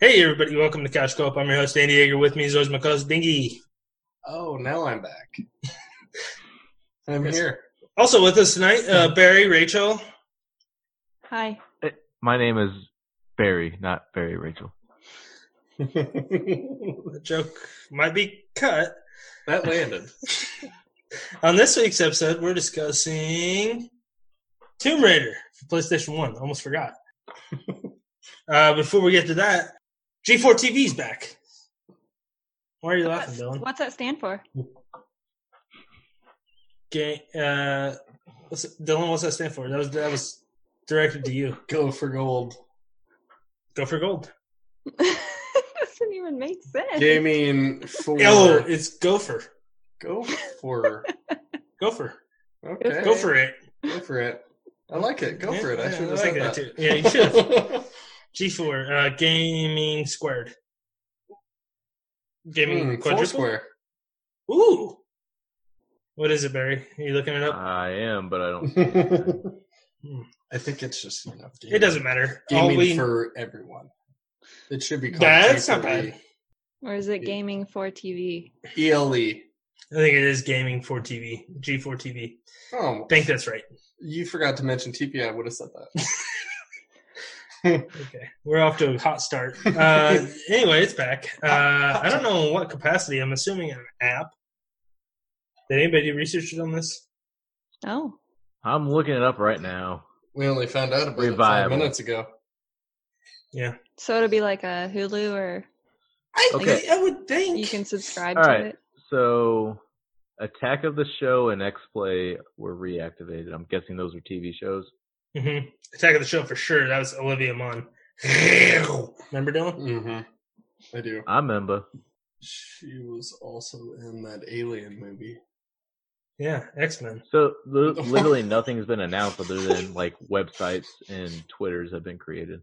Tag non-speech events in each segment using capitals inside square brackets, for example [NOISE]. Hey, everybody, welcome to Cash Co-op. I'm your host, Andy Yeager. With me is always my co-host, Dingy. Oh, now I'm back. [LAUGHS] I'm Yes. [LAUGHS] here. Also with us tonight, uh, Barry, Rachel. Hi. My name is Barry, not Barry Rachel. The joke might be cut. that landed. On this week's episode, we're discussing Tomb Raider for PlayStation 1. Almost forgot. uh, before we get to that, G4 TV's back. Why are you laughing, What's, Dylan? what's that stand for? Ga- uh, what's, Dylan, what's that stand for? That was, that was directed to you. Go for gold. Go for gold. it [LAUGHS] doesn't even make sense. Gaming for Oh, it's gopher. go for Gopher. okay. Go for it. Go for it. I like it. Go Yeah, for it. I yeah, should have like said that. too. Yeah, you [LAUGHS] should. G4, uh, Gaming Squared. Gaming Hmm, quadruple? Foursquare. Ooh. What is it, Barry? Are you looking it up? I am, but I don't. see it. I think it's just you know. Hmm. it doesn't matter. All Uh, Gaming we, for everyone. It should be called. E. That's not G4E. Or is it gaming for TV? E ELE. I think it is Gaming for TV. G4 TV. Oh, I think that's right. you forgot to mention TPI. I would have said that. Okay. We're off to a hot start. Uh, anyway, it's back. Uh, I don't know in what capacity. I'm assuming an app. Did anybody do research on this? Oh. I'm looking it up right now. We only found out about it five Revival. minutes ago. So it'll be like a Hulu or I, Okay. I would think. you can subscribe All to right. it. So, Attack of the Show and X Play were reactivated. I'm guessing those are TV shows. hmm Attack of the Show for sure. That was Olivia Munn. [LAUGHS] Remember Dylan? Mm-hmm. I do. I remember. She was also in that Alien movie. Yeah, X Men. So li- [LAUGHS] literally nothing's been announced other than like websites and Twitters have been created.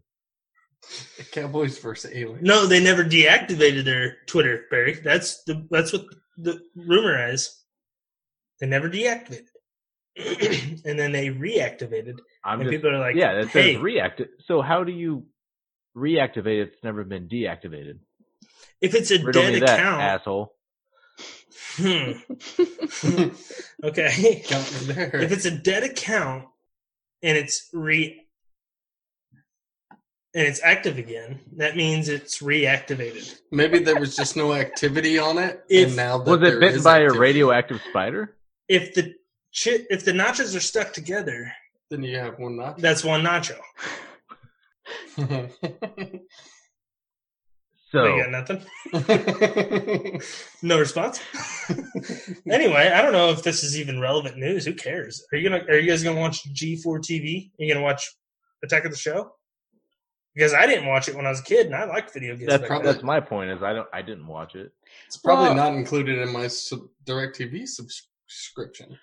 Cowboys versus [LAUGHS] Alien. No, they never deactivated their Twitter, Barry. That's the that's what the rumor is. They never deactivated, [CLEARS THROAT] and then they reactivated, I'm and just people are like, yeah, it hey, says reactive. So how do you reactivate? It's never been deactivated. if it's a Riddle dead me that, account, asshole. [LAUGHS] hmm, Got me okay, there. if it's a dead account and it's re and it's active again, that means it's reactivated. Maybe there was just no activity on it, If- and now that Was there it bitten is by a activity, radioactive spider? if the chi- if the nachos are stuck together, then you have one notch. that's one nacho. So They got nothing. No response. [LAUGHS] anyway, I don't know if this is even relevant news. Who cares? Are you gonna Are you guys gonna watch G4 TV? Are you gonna watch Attack of the Show? Because I didn't watch it when I was a kid, and I liked video games. that's back probably- then. that's my point. Is I don't I didn't watch it. [LAUGHS] it's probably Well- not included in my sub- DirecTV subscription.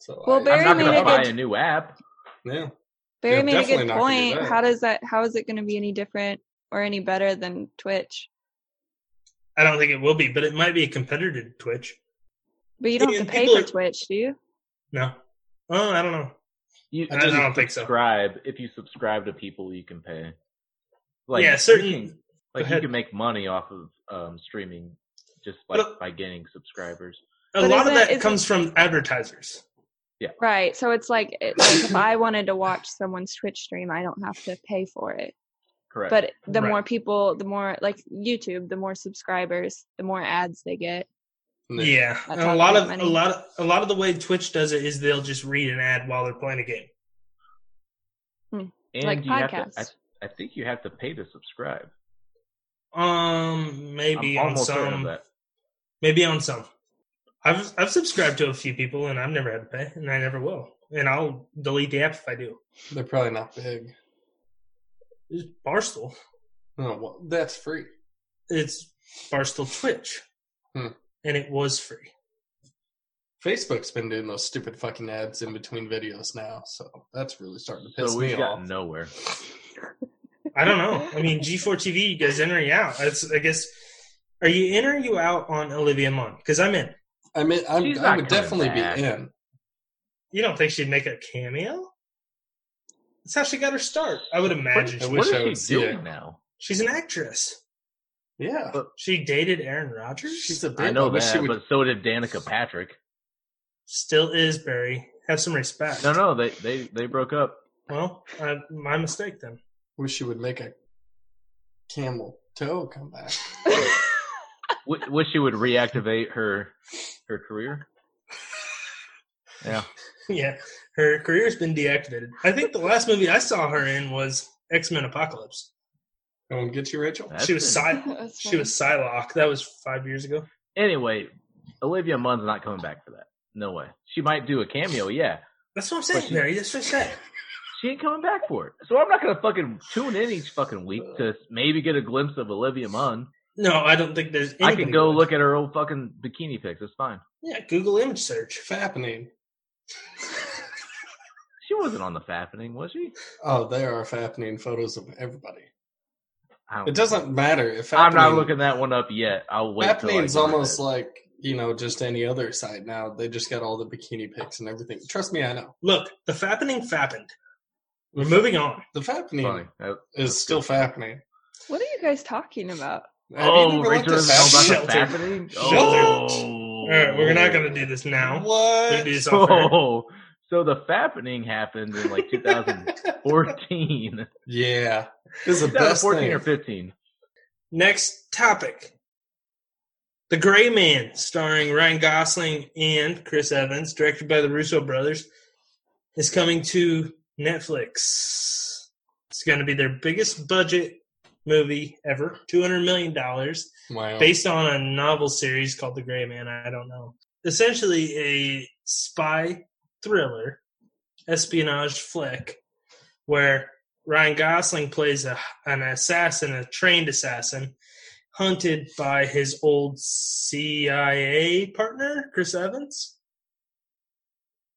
So Well, I, Barry I'm not made gonna a buy good- a new app. yeah. Barry Yeah, made a definitely good not gonna do point. that. How does that how is it gonna be any different or any better than Twitch? I don't think it will be, but it might be a competitor to Twitch. But you don't Yeah, have to pay people for are- Twitch, do you? No, oh, I don't know. You I if you don't think so. subscribe if you subscribe to people you can pay. yeah, you certain. can- like you ahead. can make money off of um, streaming just But, like uh, by gaining subscribers. A But lot of isn't- that isn't- comes from advertisers. Right. So it's like, it, like if I wanted to watch someone's Twitch stream, I don't have to pay for it. Correct. But the Right. more people, the more like YouTube, the more subscribers, the more ads they get. Yeah, That's and a how lot they of make a money. lot of a lot of the way Twitch does it is they'll just read an ad while they're playing a game. and like you have to, podcasts. I, I think you have to pay to subscribe. Um, maybe I'm on almost certain of some, that. maybe on some. I've I've subscribed to a few people and I've never had to pay, and I never will. And I'll delete the app if I do. They're probably not big. It's Barstool. No, Oh, well, that's free. It's Barstool Twitch, Hmm. and it was free. Facebook's been doing those stupid fucking ads in between videos now, so that's really starting to piss So me we've off. gotten nowhere. I don't know. I mean, G4 TV, you guys in or you out? It's, I guess. Are you in or you out on Olivia Munn? Because I'm in. I mean, I'm, She's I not would coming definitely back. be in. You don't think she'd make a cameo? That's how she got her start. I would imagine. What- she I would. what wish I is would she see it. doing now? She's an actress. Yeah. But- She dated Aaron Rodgers? She's a bitch. I know wish that, she would- but so did Danica Patrick. Still is, Barry. Have some respect. No, no, they they they broke up. Well, uh, my mistake then. [LAUGHS] wish she would make a camel toe come back. W- wish she would reactivate her her career. Yeah, yeah, her career's been deactivated. I think the last movie I saw her in was X Men Apocalypse. No one get you, Rachel? that's she was been- [LAUGHS] Psy- she was Psylocke. That was five years ago. Anyway, Olivia Munn's not coming back for that. No way. She might do a cameo. Yeah, That's what I'm saying, But she- Barry. That's what I said. she ain't coming back for it. So I'm not gonna fucking tune in each fucking week to maybe get a glimpse of Olivia Munn. No, I don't think there's. I anybody can go would. look at her old fucking bikini pics. It's fine. Yeah, Google image search. Fappening. She wasn't on the fapping, was she? Oh, there are fappening photos of everybody. I don't It doesn't matter if Oh, I'm not Fappening- looking that one up yet. I'll wait. till I Happening's get almost it. like you know just any other site now. They just got all the bikini pics and everything. Trust me, I know. Look, the fappening fappened. We're moving on. The fappening Funny. That- is still fappening. What are you guys talking about? [LAUGHS] Have you Oh, never looked Rachel doesn't at Fappening? know about the Shelter. fapping? Shelter. Oh. All right, we're not going to do this Fappening? now. We're gonna do What? this off air. [LAUGHS] Oh, so the fapping happened in like 2014, [LAUGHS] Yeah, this is the best 2014 thing. or [LAUGHS] 15. Next topic. The Gray Man, starring Ryan Gosling and Chris Evans, directed by the Russo brothers, is coming to Netflix. It's going to be their biggest budget movie ever, $200 million Wow. based on a novel series called The Gray Man. I don't know. Essentially, a spy thriller, espionage flick, where Ryan Gosling plays a, an assassin, a trained assassin, hunted by his old CIA partner, Chris Evans.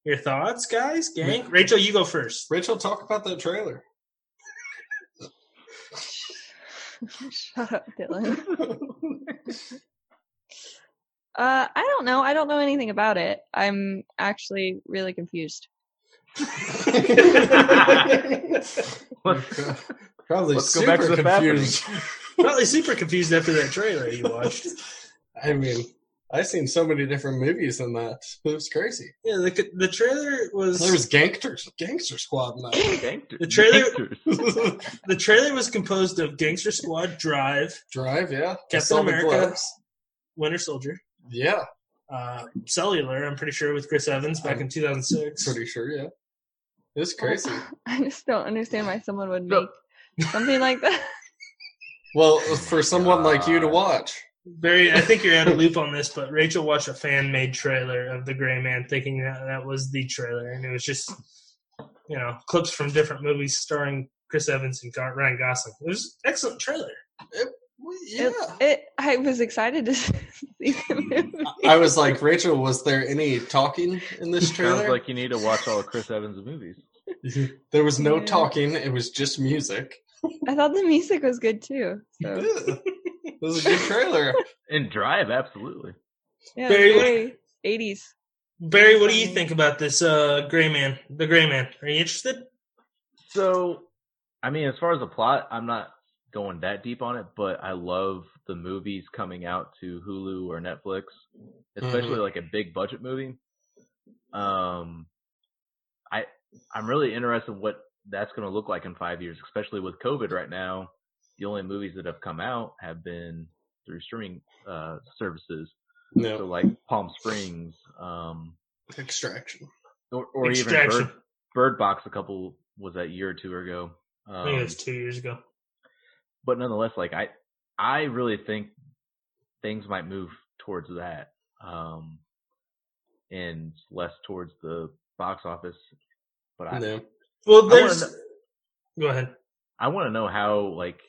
Your thoughts, guys? Gang? Rachel, you go [LAUGHS] first. Rachel, talk about that [LAUGHS] trailer. Shut up, Dylan. [LAUGHS] Uh, I don't know. I don't know anything about it. I'm actually really confused. [LAUGHS] Let's Probably Let's go super back to the confused. Probably super confused after that trailer you watched. I mean, I've seen so many different movies in that. It was crazy. Yeah, the, the trailer was. There was gangsters, gangster squad in that. Gangster- The trailer- gangsters. [LAUGHS] [LAUGHS] The trailer was composed of Gangster Squad, Drive, Drive, yeah. I Captain saw the America. gloves. Winter Soldier, Yeah, uh, Cellular. I'm pretty sure with Chris Evans back in 2006. pretty sure, yeah. It's Oh crazy. I just don't understand why someone would No. make something like that. [LAUGHS] Well, for someone like you to God. watch. Very. I think you're out of loop on this, but Rachel watched a fan made trailer of The Gray Man, thinking that that was the trailer, and it was just you know clips from different movies starring Chris Evans and Gar- Ryan Gosling. It was an excellent trailer. Well, Yeah. It, it. I was excited to [LAUGHS] see the movie. I was like, Rachel, was there any talking in this Sounds trailer? like you need to watch all of Chris Evans' movies. there was no Yeah. talking, it was just music. I thought the music was good too. So Ugh. It was a good trailer. And Drive, absolutely. yeah, Very- very, very 80s. Barry, what do you think about this uh, Gray Man? The Gray Man. Are you interested? So, I mean, as far as the plot, I'm not going that deep on it, but I love the movies coming out to Hulu or Netflix, especially like a big budget movie. Um, I I'm really interested in what that's going to look like in five years, especially with COVID right now. The only movies that have come out have been through streaming uh, services, so No, like Palm Springs, um, extraction. or, or even Extraction. Bird, Bird Box. A couple was that a year or two ago. I think it Um, was two years ago. but nonetheless, like I, I really think things might move towards that, um, and less towards the box office. But I, No. Well, wanna there's. kn- Go ahead. I want to know how like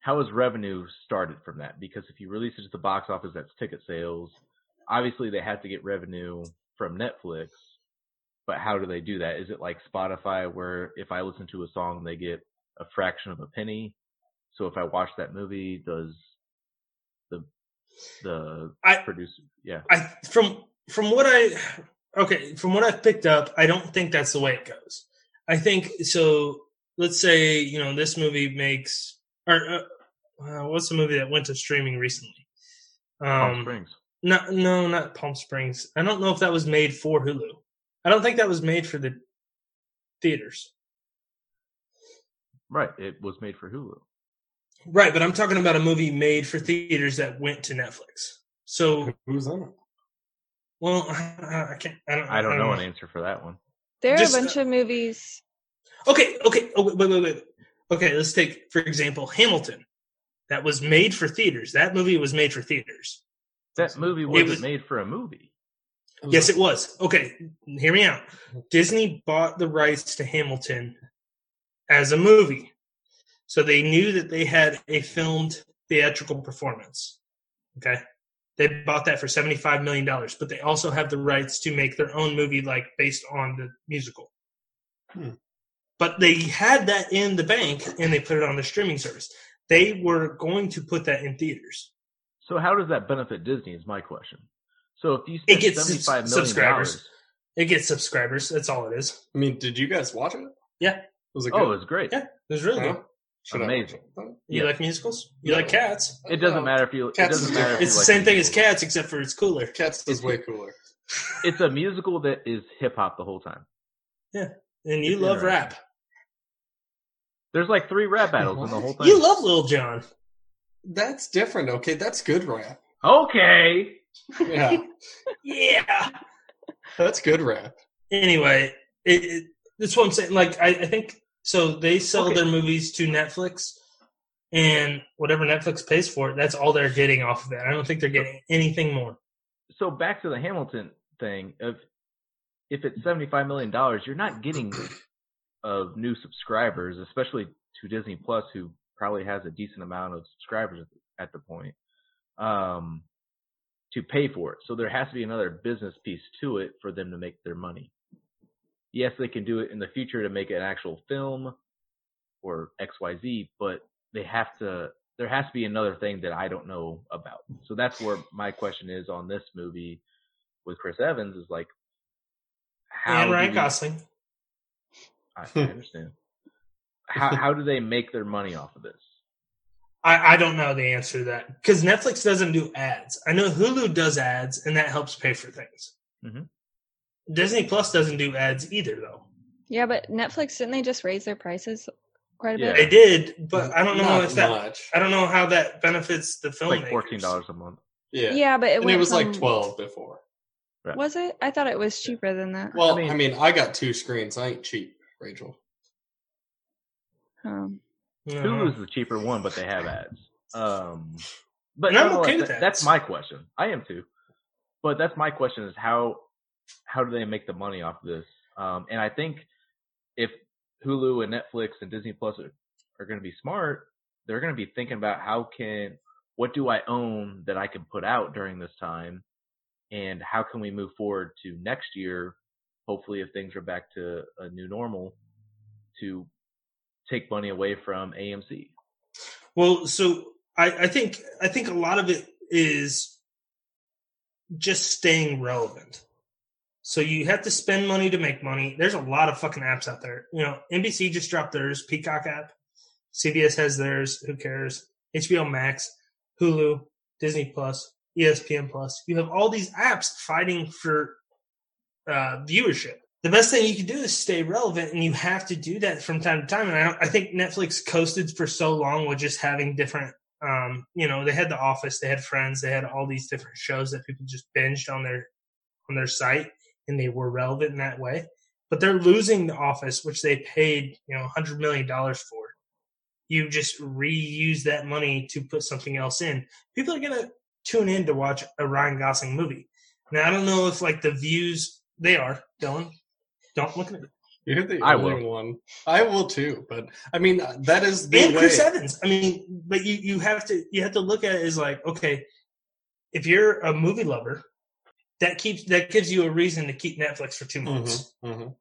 how is revenue started from that? Because if you release it to the box office, that's ticket sales. Obviously, they have to get revenue from Netflix, but how do they do that? Is it like Spotify, where if I listen to a song, they get a fraction of a penny? So if I watch that movie, does the the I- producer? Yeah, I from from what I okay from what I've picked up, I don't think that's the way it goes. I think so. Let's say you know this movie makes or uh, uh, what's the movie that went to streaming recently? Palm Um, Springs. no, no, not Palm Springs. I don't know if that was made for Hulu. I don't think that was made for the theaters. Right. It was made for Hulu. Right, but I'm talking about a movie made for theaters that went to Netflix. So, Who's on it? well, I, I can't. I don't. I don't know an answer for that one. There are Just, a bunch of movies. Okay, okay. Oh, wait, wait, wait, wait. Okay, let's take for example Hamilton. That was made for theaters. That movie was made for theaters. That movie wasn't was- made for a movie. Yes, it was. Okay, hear me out. Disney bought the rights to Hamilton as a movie. So they knew that they had a filmed theatrical performance. Okay. They bought that for $75 million, but they also have the rights to make their own movie, like based on the musical. Hmm. But they had that in the bank and they put it on the streaming service. They were going to put that in theaters. So how does that benefit Disney? Is my question. So if you It spend gets subs- seventy-five million subscribers. dollars, It gets subscribers. That's all it is. I mean, did you guys watch it? Yeah. Was it good? oh, it's great. Yeah. It was really Huh? good. Should I watch Amazing. it? You Yeah. like musicals? You No. like cats? It doesn't matter if you. It Cats doesn't is matter. If different. you It's the like same thing as musicals. cats, except for it's cooler. Cats is way cooler. It's a musical that is hip hop the whole time. And you It's love rap. There's like three rap battles in the whole thing. You love Lil Jon. That's different. Okay, that's [LAUGHS] good rap. okay. Yeah, Yeah. that's good rap. Anyway, it, it, that's what I'm saying. Like, I, I think so. They sell Okay. their movies to Netflix, and whatever Netflix pays for it, that's all they're getting off of it. I don't think they're getting anything more. So back to the Hamilton thing. If if it's seventy-five million dollars, you're not getting of new subscribers, especially to Disney Plus, who probably has a decent amount of subscribers at the- at the point, um, to pay for it. So there has to be another business piece to it for them to make their money. Yes, they can do it in the future to make an actual film or XYZ, but they have to, there has to be another thing that I don't know about. So that's where my question is on this movie with Chris Evans is like, how and do Ryan you- Gosling. I, I understand. How how do they make their money off of this? I, I don't know the answer to that because Netflix doesn't do ads. I know Hulu does ads, and that helps pay for things. Mhm. Disney Plus doesn't do ads either, though. Yeah, but Netflix didn't they just raise their prices quite a Yeah. bit? They did, but I don't know Not if that. much. I don't know how that benefits the It's film. like fourteen dollars a month. Yeah, Yeah, but it, and went it was like from- twelve before. Was it? I thought it was cheaper than that. Well, I I mean- mean, I, got two screens. I ain't cheap, Rachel. Um, Hulu's the cheaper one, but they have ads. Um, but And I'm nonetheless, okay with that- that. That's my question. I am too. But that's my question: is how how do they make the money off of this? Um, and I think if Hulu and Netflix and Disney Plus are, are going to be smart, they're going to be thinking about how can what do I own that I can put out during this time, and how can we move forward to next year? Hopefully, if things are back to a new normal, to take money away from AMC. Well, so I, I think I think a lot of it is just staying relevant. So you have to spend money to make money. There's a lot of fucking apps out there. You know, NBC just dropped theirs, Peacock app. CBS has theirs. Who cares? HBO Max, Hulu, Disney Plus, E ESPN Plus. You have all these apps fighting for uh, viewership. The best thing you can do is stay relevant, and you have to do that from time to time. And I, I think Netflix coasted for so long with just having different, um, you know, they had The Office, they had Friends, they had all these different shows that people just binged on their on their site, and they were relevant in that way. But they're losing The Office, which they paid you know hundred million dollars for. You just reuse that money to put something else in. People are gonna tune in to watch a Ryan Gosling movie. Now I don't know if like the views they are, Dylan. Don't look at it. You're the I only one. I will too, but I mean uh, that is the And way. Chris Evans. I mean, but you, you have to you have to look at it as like, okay, if you're a movie lover, that keeps that gives you a reason to keep Netflix for two months. Mhm.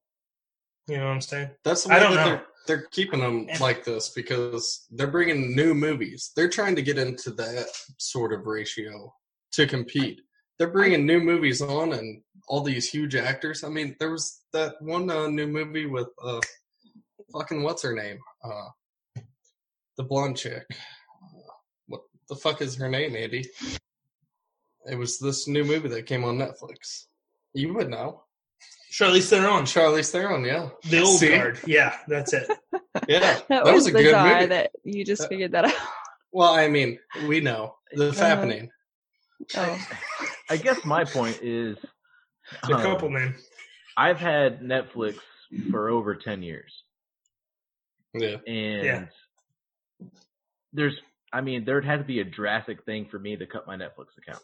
You know what I'm saying? That's the I way don't that know. they're they're keeping them And- like this because they're bringing new movies. They're trying to get into that sort of ratio to compete. They're bringing new movies on and all these huge actors. I mean, there was that one uh, new movie with uh, fucking what's her name, uh, the blonde chick. the fuck is her name, Andy? It was this new movie that came on Netflix. You would know. Charlize Theron, Charlize Theron, [LAUGHS] yeah. the old See? guard. Yeah, that's it. Yeah. That, that was a good bizarre movie. that you just That- figured that [LAUGHS] out. Well, I mean, we know. The happening. Oh. I guess my point [LAUGHS] is The um, couple name. I've had Netflix for over ten years, Yeah. and Yeah. there's I mean there'd have to be a drastic thing for me to cut my Netflix account.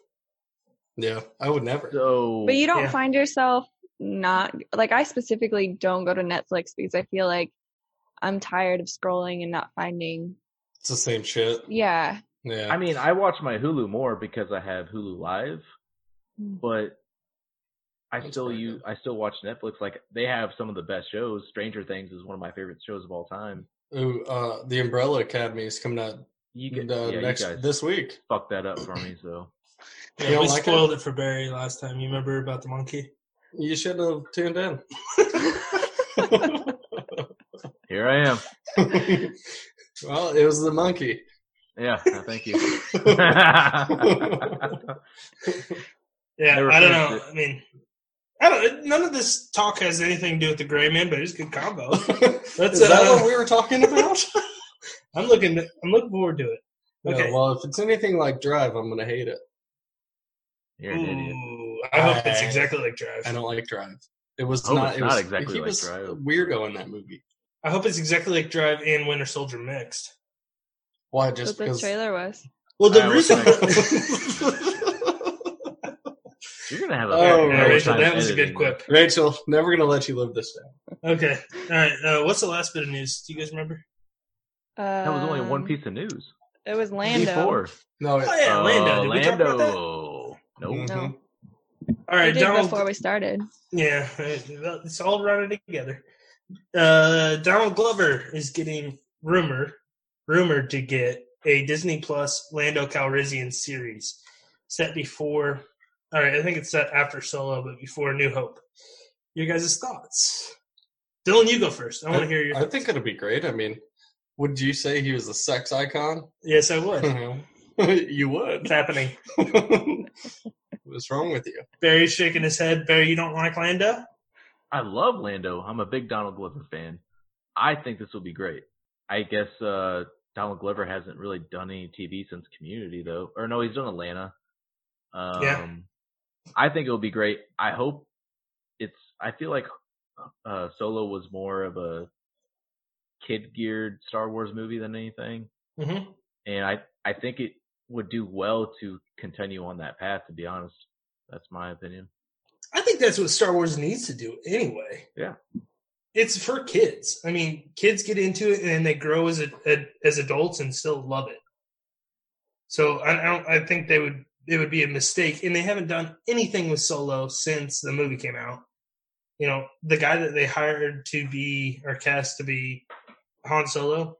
Yeah. I would never. So But you don't Yeah. find yourself not like I specifically don't go to Netflix because I feel like I'm tired of scrolling and not finding. It's the same shit. Yeah. Yeah. I mean I watch my Hulu more because I have Hulu Live, Hmm. but I That's still pretty use I still watch Netflix. Like they have some of the best shows. Stranger Things is one of my favorite shows of all time. Ooh, uh, the Umbrella Academy is coming out You can uh, yeah, next you guys this week. fucked that up for me, so You Yeah, don't we like it? spoiled it? for Barry last time. You remember about the monkey? You should have tuned [LAUGHS] in. here I am. well, it was the [LAUGHS] monkey. Yeah, no, [LAUGHS] thank you. [LAUGHS] Yeah, Never I don't know. finished I mean, I don't. None of this talk has anything to do with the gray man, but it's a good combo. [LAUGHS] That's uh, that what we were talking [LAUGHS] about? I'm looking. I'm looking forward to it. Okay. Yeah, well, if it's anything like Drive, I'm gonna hate it. You're an idiot. Ooh, I hope it's I- exactly like Drive. I don't like Drive. It was Oh, not. it's it not was, exactly he like was Drive. a Weirdo in that movie. I hope it's exactly like Drive and Winter Soldier mixed. Why? Just That's what the because. trailer was. Well, the the I was reason [LAUGHS] reason- like- You're gonna have a Oh, fucking yeah, hard Rachel, time that was a editing good quip. Rachel, never gonna let you live this down. Okay, all right. Uh, what's the last bit of news? Do you guys remember? Um, That That was only one piece of news. It was Lando. Before. No, it, Oh yeah, Uh, Lando. Did Lando. we talk about that? Mm-hmm. Nope. Mhm. All We right, did Donald. before we started. Yeah, it's all running together. Uh, Donald Glover is getting rumored rumored to get a Disney Plus Lando Calrissian series set before. All right, I think it's set after Solo, but before New Hope. Your guys' thoughts? Dylan, you go first. I want to hear your. I think it'll be great. I mean, would you say he was a sex [LAUGHS] icon? [LAUGHS] yes, I Hmm. would. you would. What's happening? [LAUGHS] What's wrong with you? Barry's shaking his head. Barry, you don't like Lando? I love Lando. I'm a big Donald Glover fan. I think this will be great. I guess uh Donald Glover hasn't really done any TV since Community though. Or no, he's done Atlanta. Um Yeah. I think it'll be great. I hope it's I feel like uh Solo was more of a kid geared Star Wars movie than anything. Mm-hmm. And I I think it would do well to continue on that path to be honest. That's my opinion. I think that's what Star Wars needs to do anyway. Yeah. It's for kids. I mean, kids get into it and they grow as a, a, as adults and still love it. So I, I don't. I think they would. It would be a mistake, and they haven't done anything with Solo since the movie came out. You know, the guy that they hired to be or cast to be Han Solo.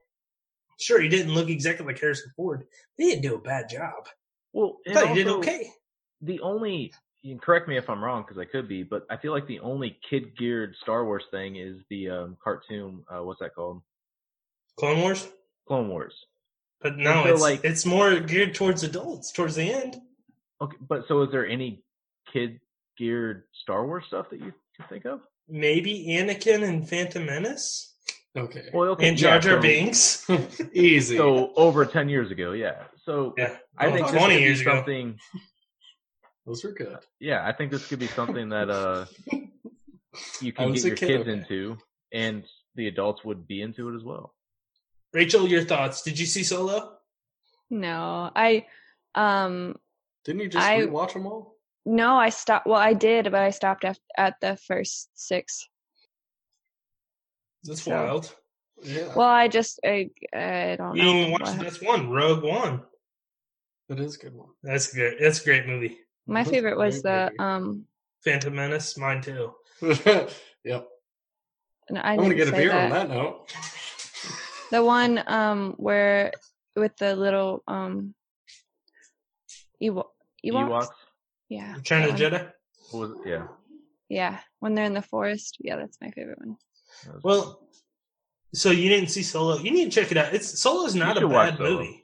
Sure, he didn't look exactly like Harrison Ford. They didn't do a bad job. Well, I and thought he did also- okay. the only you can correct me if I'm wrong because I could be, but I feel like the only kid geared Star Wars thing is the um, cartoon. Uh, what's that called? Clone Wars. Clone Wars. But no, so, it's like- it's more geared towards adults towards the end. Okay, but so is there any kid geared Star Wars stuff that you can think of? Maybe Anakin and Phantom Menace Okay. Well, okay, and Jar yeah, Jar so- Binks. Easy. So over ten years ago, yeah. So Yeah, I well, think this twenty could be years ago. something. Those were good. Yeah, I think this could be something that uh [LAUGHS] you I can was get a your kid, kids okay. into, and the adults would be into it as well. Rachel, your thoughts? Did you see Solo? No, I, um, Didn't you just I- watch them all? no, I stopped. Well, I did, but I stopped at, at the first six. That's No. wild. Yeah, Well, I just, I, I don't You know. didn't even watch what- that's one Rogue One. that is a good one. [LAUGHS] That's good. That's a great movie. My That's a favorite was great the, movie. um, Phantom Menace, mine too. yep. no, I I'm gonna didn't get a say beer that. on that note. The one um where with the little um Ewo- Ewoks. Ewoks. Yeah. Return of that the one. Jedi. What was it? Yeah. Yeah, when they're in the forest. Yeah, that's my favorite one. that was- Well, so you didn't see Solo? You need to check it out. It's Solo's not a should watch bad Solo. movie.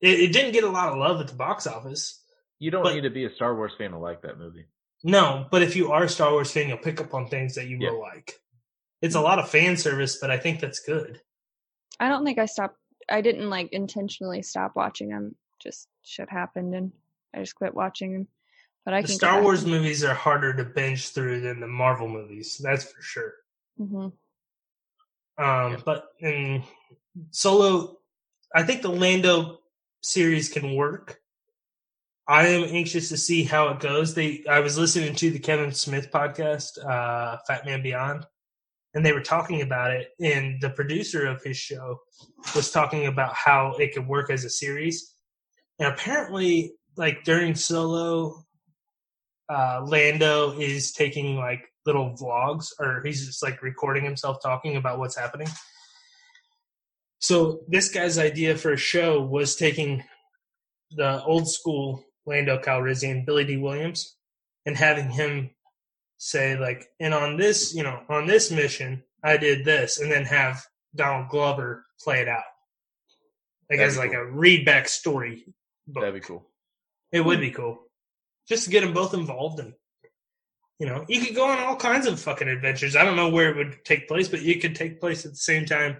It, it didn't get a lot of love at the box office. You don't But- need to be a Star Wars fan to like that movie. No, but if you are a Star Wars fan, you'll pick up on things that you Yeah. will like. It's a lot of fan service, but I think that's good. I don't think I stopped. I didn't like intentionally stop watching them. Just shit happened, and I just quit watching them. But I the can go Star back Wars and- movies are harder to binge through than the Marvel movies. That's for sure. Mhm. Um, Yeah. But in Solo, I think the Lando series can work. I am anxious to see how it goes. They, I was listening to the Kevin Smith podcast, uh, Fat Man Beyond, and they were talking about it. And the producer of his show was talking about how it could work as a series. And apparently, like during Solo, uh, Lando is taking like little vlogs, or he's just like recording himself talking about what's happening. So this guy's idea for a show was taking the old school Lando Calrissian, Billy D. Williams, and having him say like, and on this, you know, on this mission, I did this, and then have Donald Glover play it out. Like That'd as be like cool. a read back story. book. That'd be cool. It would be cool. Just to get them both involved and you know, you could go on all kinds of fucking adventures. I don't know where it would take place, but you could take place at the same time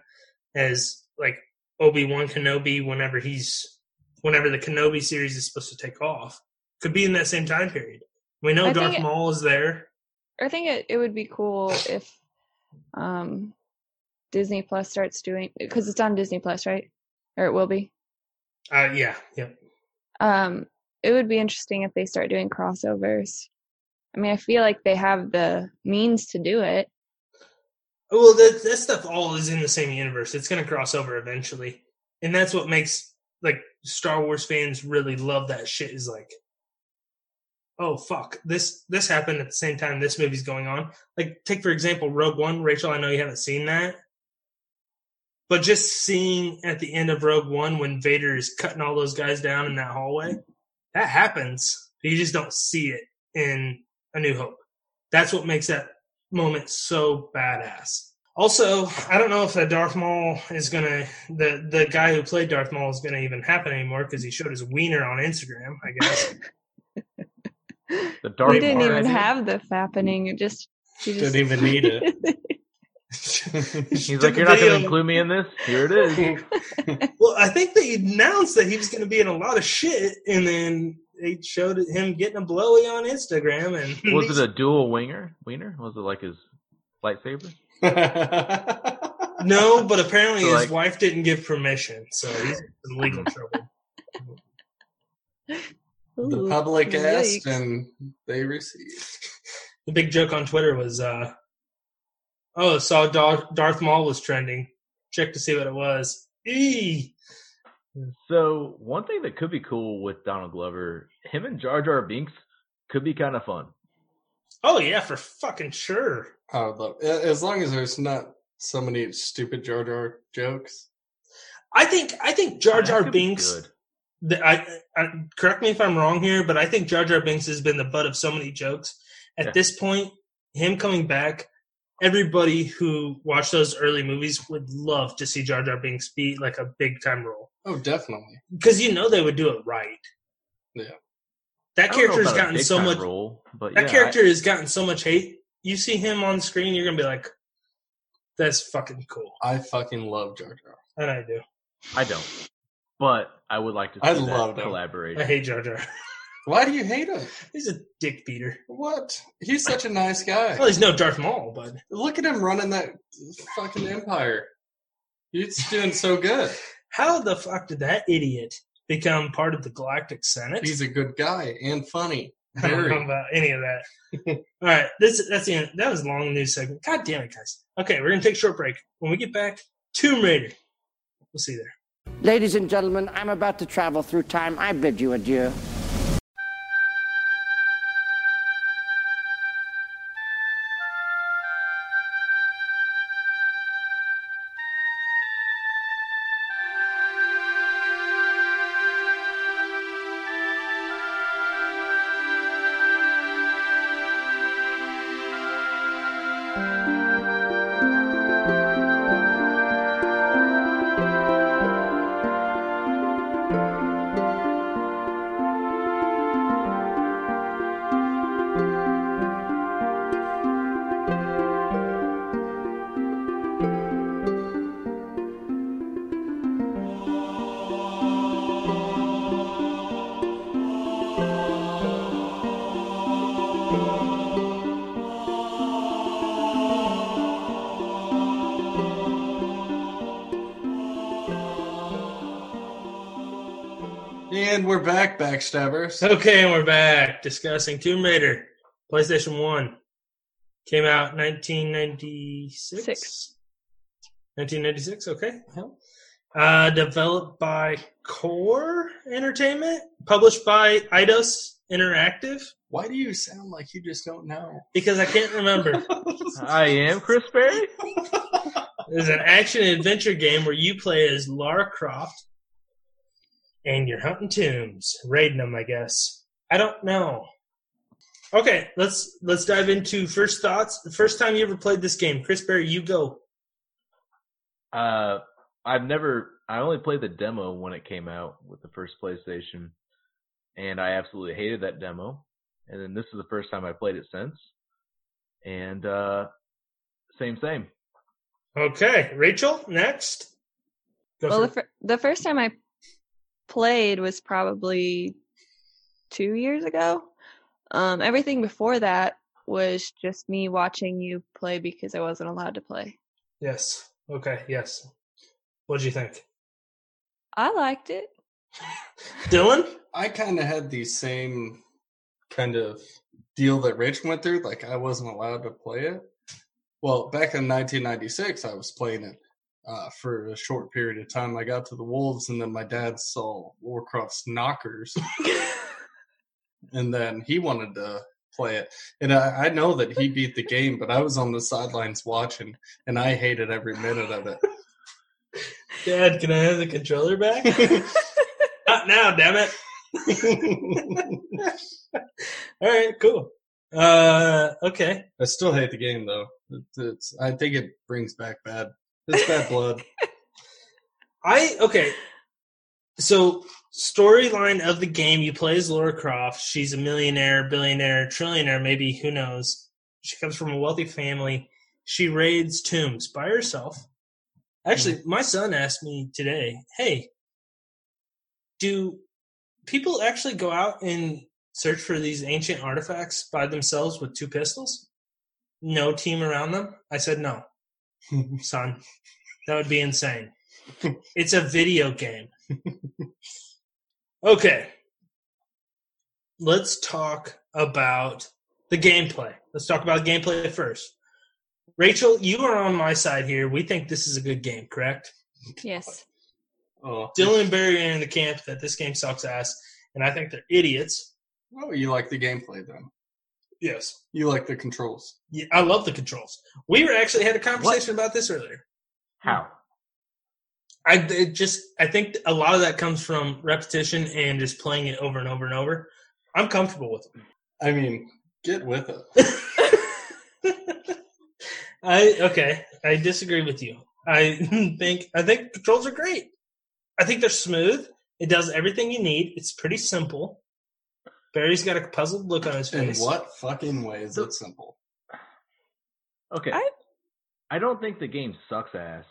as like Obi-Wan Kenobi whenever he's whenever the Kenobi series is supposed to take off. Could be in that same time period. We know I Darth think- Maul is there. I think it, it would be cool if um, Disney Plus starts doing because it's on Disney Plus, right? Or it will be. Uh yeah, yeah. Um, it would be interesting if they start doing crossovers. I mean, I feel like they have the means to do it. Well, that that stuff all is in the same universe. It's going to cross over eventually, and that's what makes like Star Wars fans really love that shit. Is like, oh fuck, this this happened at the same time this movie's going on. Like, take for example Rogue One. Rachel, I know you haven't seen that, but just seeing at the end of Rogue One when Vader is cutting all those guys down in that hallway, that happens. You just don't see it in A New Hope. That's what makes that moment so badass. Also, I don't know if that Darth Maul is gonna the the guy who played Darth Maul is gonna even happen anymore because he showed his wiener on Instagram. I [LAUGHS] guess [LAUGHS] The Darth We didn't Maul- even Maul. have the fappening. It just, he just Didn't even need it. [LAUGHS] [LAUGHS] He's Took like, the you're video- not going to include me in this. Here [LAUGHS] it is. Well, I think they announced that he was gonna be in a lot of shit, and then they showed it- him getting a blowy on Instagram. And Was it a dual winger? Wiener? Was it like his lightsaber? [LAUGHS] no? But apparently So, his like- wife didn't give permission, so he's in legal trouble. the Ooh, public asked yikes. and they received. The big joke on Twitter was, uh, "Oh, saw Dar- Darth Maul was trending. Check to see what it was." Eee. So one thing that could be cool with Donald Glover, him and Jar Jar Binks could be kind of fun. Oh yeah, for fucking sure. I would love as long as there's not so many stupid Jar Jar jokes. I think I think Jar That Jar could be Binks. good. The, I, I correct me if I'm wrong here, but I think Jar Jar Binks has been the butt of so many jokes. At Yeah. this point, him coming back, everybody who watched those early movies would love to see Jar Jar Binks be like a big time role Oh, definitely. because you know they would do it right. Yeah. I that don't know character has about a gotten big so time much. role, but That yeah, character has gotten so much hate. You see him on screen, you're gonna be like, "That's fucking cool," I fucking love Jar Jar. and I do. I, I don't, but I would like to. See I that loved him. collaboration. I hate Jar Jar. [LAUGHS] Why do you hate him? He's a dick beater. What? He's such a nice guy. Well, he's no Darth Maul, but Look at him running that fucking empire. He's doing so good. how the fuck did that idiot become part of the Galactic Senate? He's a good guy and funny. [LAUGHS] I don't know [LAUGHS] Very. about any of that. All right, this that's the end. That was a long news segment. God damn it, guys. Okay, we're gonna take a short break. When we get back, Tomb Raider. We'll see you there. Ladies and gentlemen, I'm about to travel through time. I bid you adieu. back, backstabbers. Okay, and we're back discussing Tomb Raider, PlayStation 1. Came out 1996. Six. 1996, okay. hell. Uh, developed by Core Entertainment, published by Eidos Interactive, Why do you sound like you just don't know? because I can't remember. I am Chris [LAUGHS] Berry. It's an action adventure game where you play as Lara Croft and you're hunting tombs, raiding them, I guess. I don't know. Okay, let's let's dive into first thoughts. The first time you ever played this game, Chris Berry, you go. Uh, I've never. I only played the demo when it came out with the first PlayStation, and I absolutely hated that demo. And then this is the first time I played it since, and uh, same same. Okay, Rachel, next. Go Well, the, for fir- the first time I played was probably two years ago. Um, everything before that was just me watching you play because I wasn't allowed to play. it. Yes. Okay. Yes. What'd you think, I liked it. Dylan? I kind of had the same kind of deal that Rich went through. Like I wasn't allowed to play it. Well, back in 1996, I was playing it uh, for a short period of time. I got to the Wolves, and then my dad saw Warcroft's Knockers, and then he wanted to play it. And I, I know that he beat the game, but I was on the sidelines watching, and I hated every minute of it. Dad, can I have the controller back? Not now, damn it. [LAUGHS] All right, cool. Uh, okay. I still hate the game though. It, it's, I think it brings back bad. It's bad blood. I okay. So storyline of the game: you play as Laura Croft. She's a millionaire, billionaire, trillionaire, maybe who knows. She comes from a wealthy family. She raids tombs by herself. Actually, my son asked me today, "Hey, do people actually go out and search for these ancient artifacts by themselves with two pistols? No team around them?" I said, "No, son. That would be insane." [LAUGHS] It's a video game. [LAUGHS] okay. Let's talk about the gameplay. Let's talk about the gameplay first. Rachel, you are on my side here. We think this is a good game, correct? Yes. Oh, Dylan and Barry are in the camp that this game sucks ass, and I think they're idiots. oh, you like the gameplay then? Yes. You like the controls? Yeah, I love the controls. We were actually had a conversation about this earlier. How? I it just I think a lot of that comes from repetition and just playing it over and over and over. I'm comfortable with it. I mean, get with it. I okay. I disagree with you. I [LAUGHS] think I think controls are great. I think they're smooth. It does everything you need. It's pretty simple. Barry's got a puzzled look on his In face. what fucking way is it simple? Okay. I- I don't think the game sucks ass.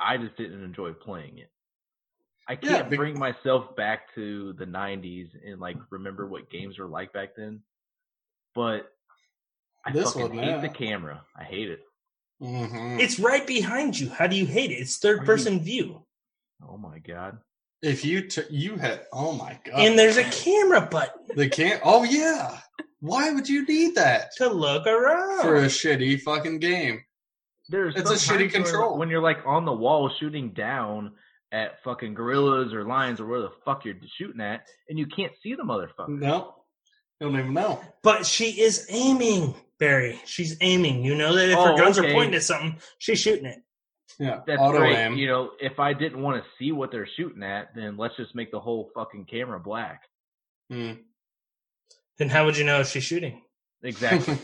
I just didn't enjoy playing it. I Yeah, can't be- bring myself back to the 90s and like remember what games were like back then. But I This fucking one, hate the yeah. camera. I hate it. Mm-hmm. It's right behind you. How do you hate it? It's third person view, Oh my god. If you t- you had oh my god, and there's a camera button they can't. Oh yeah, why would you need that to look for a around. shitty fucking game? There's It's a some shitty times where control. when you're like on the wall shooting down at fucking gorillas or lions or where the fuck you're shooting at, and you can't see the motherfucker. No, you don't even know. But she is aiming, Barry. She's aiming. You know that if her Oh, guns okay. are pointing at something, she's shooting it. Yeah, That's auto great. aim. You know, if I didn't want to see what they're shooting at, then let's just make the whole fucking camera black. Mm. Then how would you know if she's shooting? Exactly.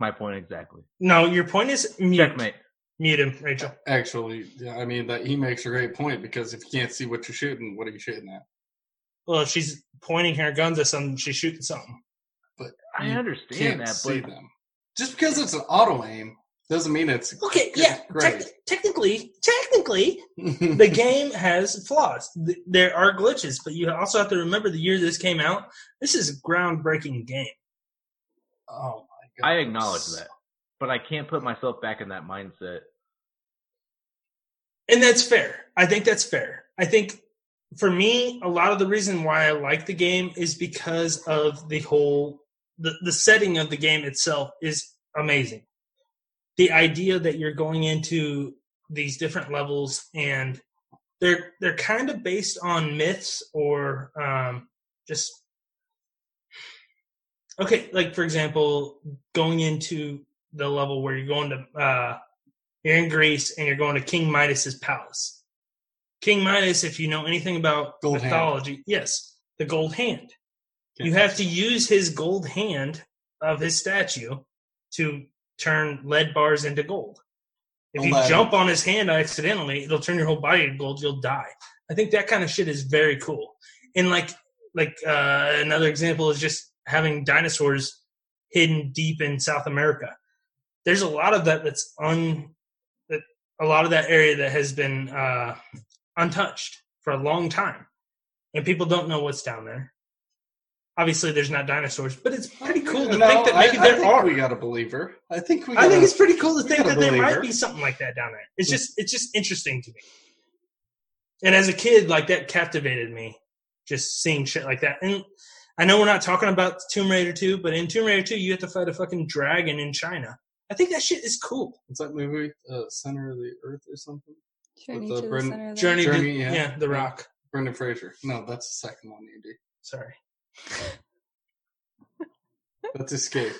My point exactly. No, your point is mute. Checkmate. Mute him, Rachel. [LAUGHS] Actually, yeah, I mean that he makes a great point because if you can't see what you're shooting, what are you shooting at? Well, if she's pointing her guns at something, she's shooting something. I You understand that, see but them. Just because it's an auto aim doesn't mean it's Okay, Okay, yeah. great. tec- technically, technically, the game has flaws. Th- There are glitches, but you also have to remember the year this came out. This is a groundbreaking game. [LAUGHS] oh my god. I acknowledge that. But I can't put myself back in that mindset. And that's fair. I think that's fair. I think for me, a lot of the reason why I like the game is because of the whole the, the setting of the game itself is amazing. The idea that you're going into these different levels and they're they're kind of based on myths or um, just okay, like for example, going into the level where you're going to uh, you're in Greece and you're going to King Midas's palace. King Midas, if you know anything about Gold hand. mythology, yes, the gold hand. Yeah. You have to use his gold hand of his statue to turn lead bars into gold. If you Eleven. jump on his hand accidentally, it'll turn your whole body to gold. You'll die. I think that kind of shit is very cool. And like, like uh, another example is just having dinosaurs hidden deep in South America. There's a lot of that that's un, that a lot of that area that has been uh, untouched for a long time, and people don't know what's down there. Obviously, there's not dinosaurs, but it's pretty cool to No, think that I- maybe I there think are. We got a believer. I think we. Got I think a- it's pretty cool to we think got a that there might believer. be something like that down there. It's just it's just interesting to me. And as a kid, like that captivated me, just seeing shit like that. And I know we're not talking about Tomb Raider 2, but in Tomb Raider 2, you have to fight a fucking dragon in China. I think that shit is cool. Is that movie uh, Center of the Earth or something? Journey the to the Brit- center of the Journey, to- Journey, yeah. yeah. The Rock. Brendan Fraser. No, that's the second one, Andy. Sorry. That's [LAUGHS] Escape.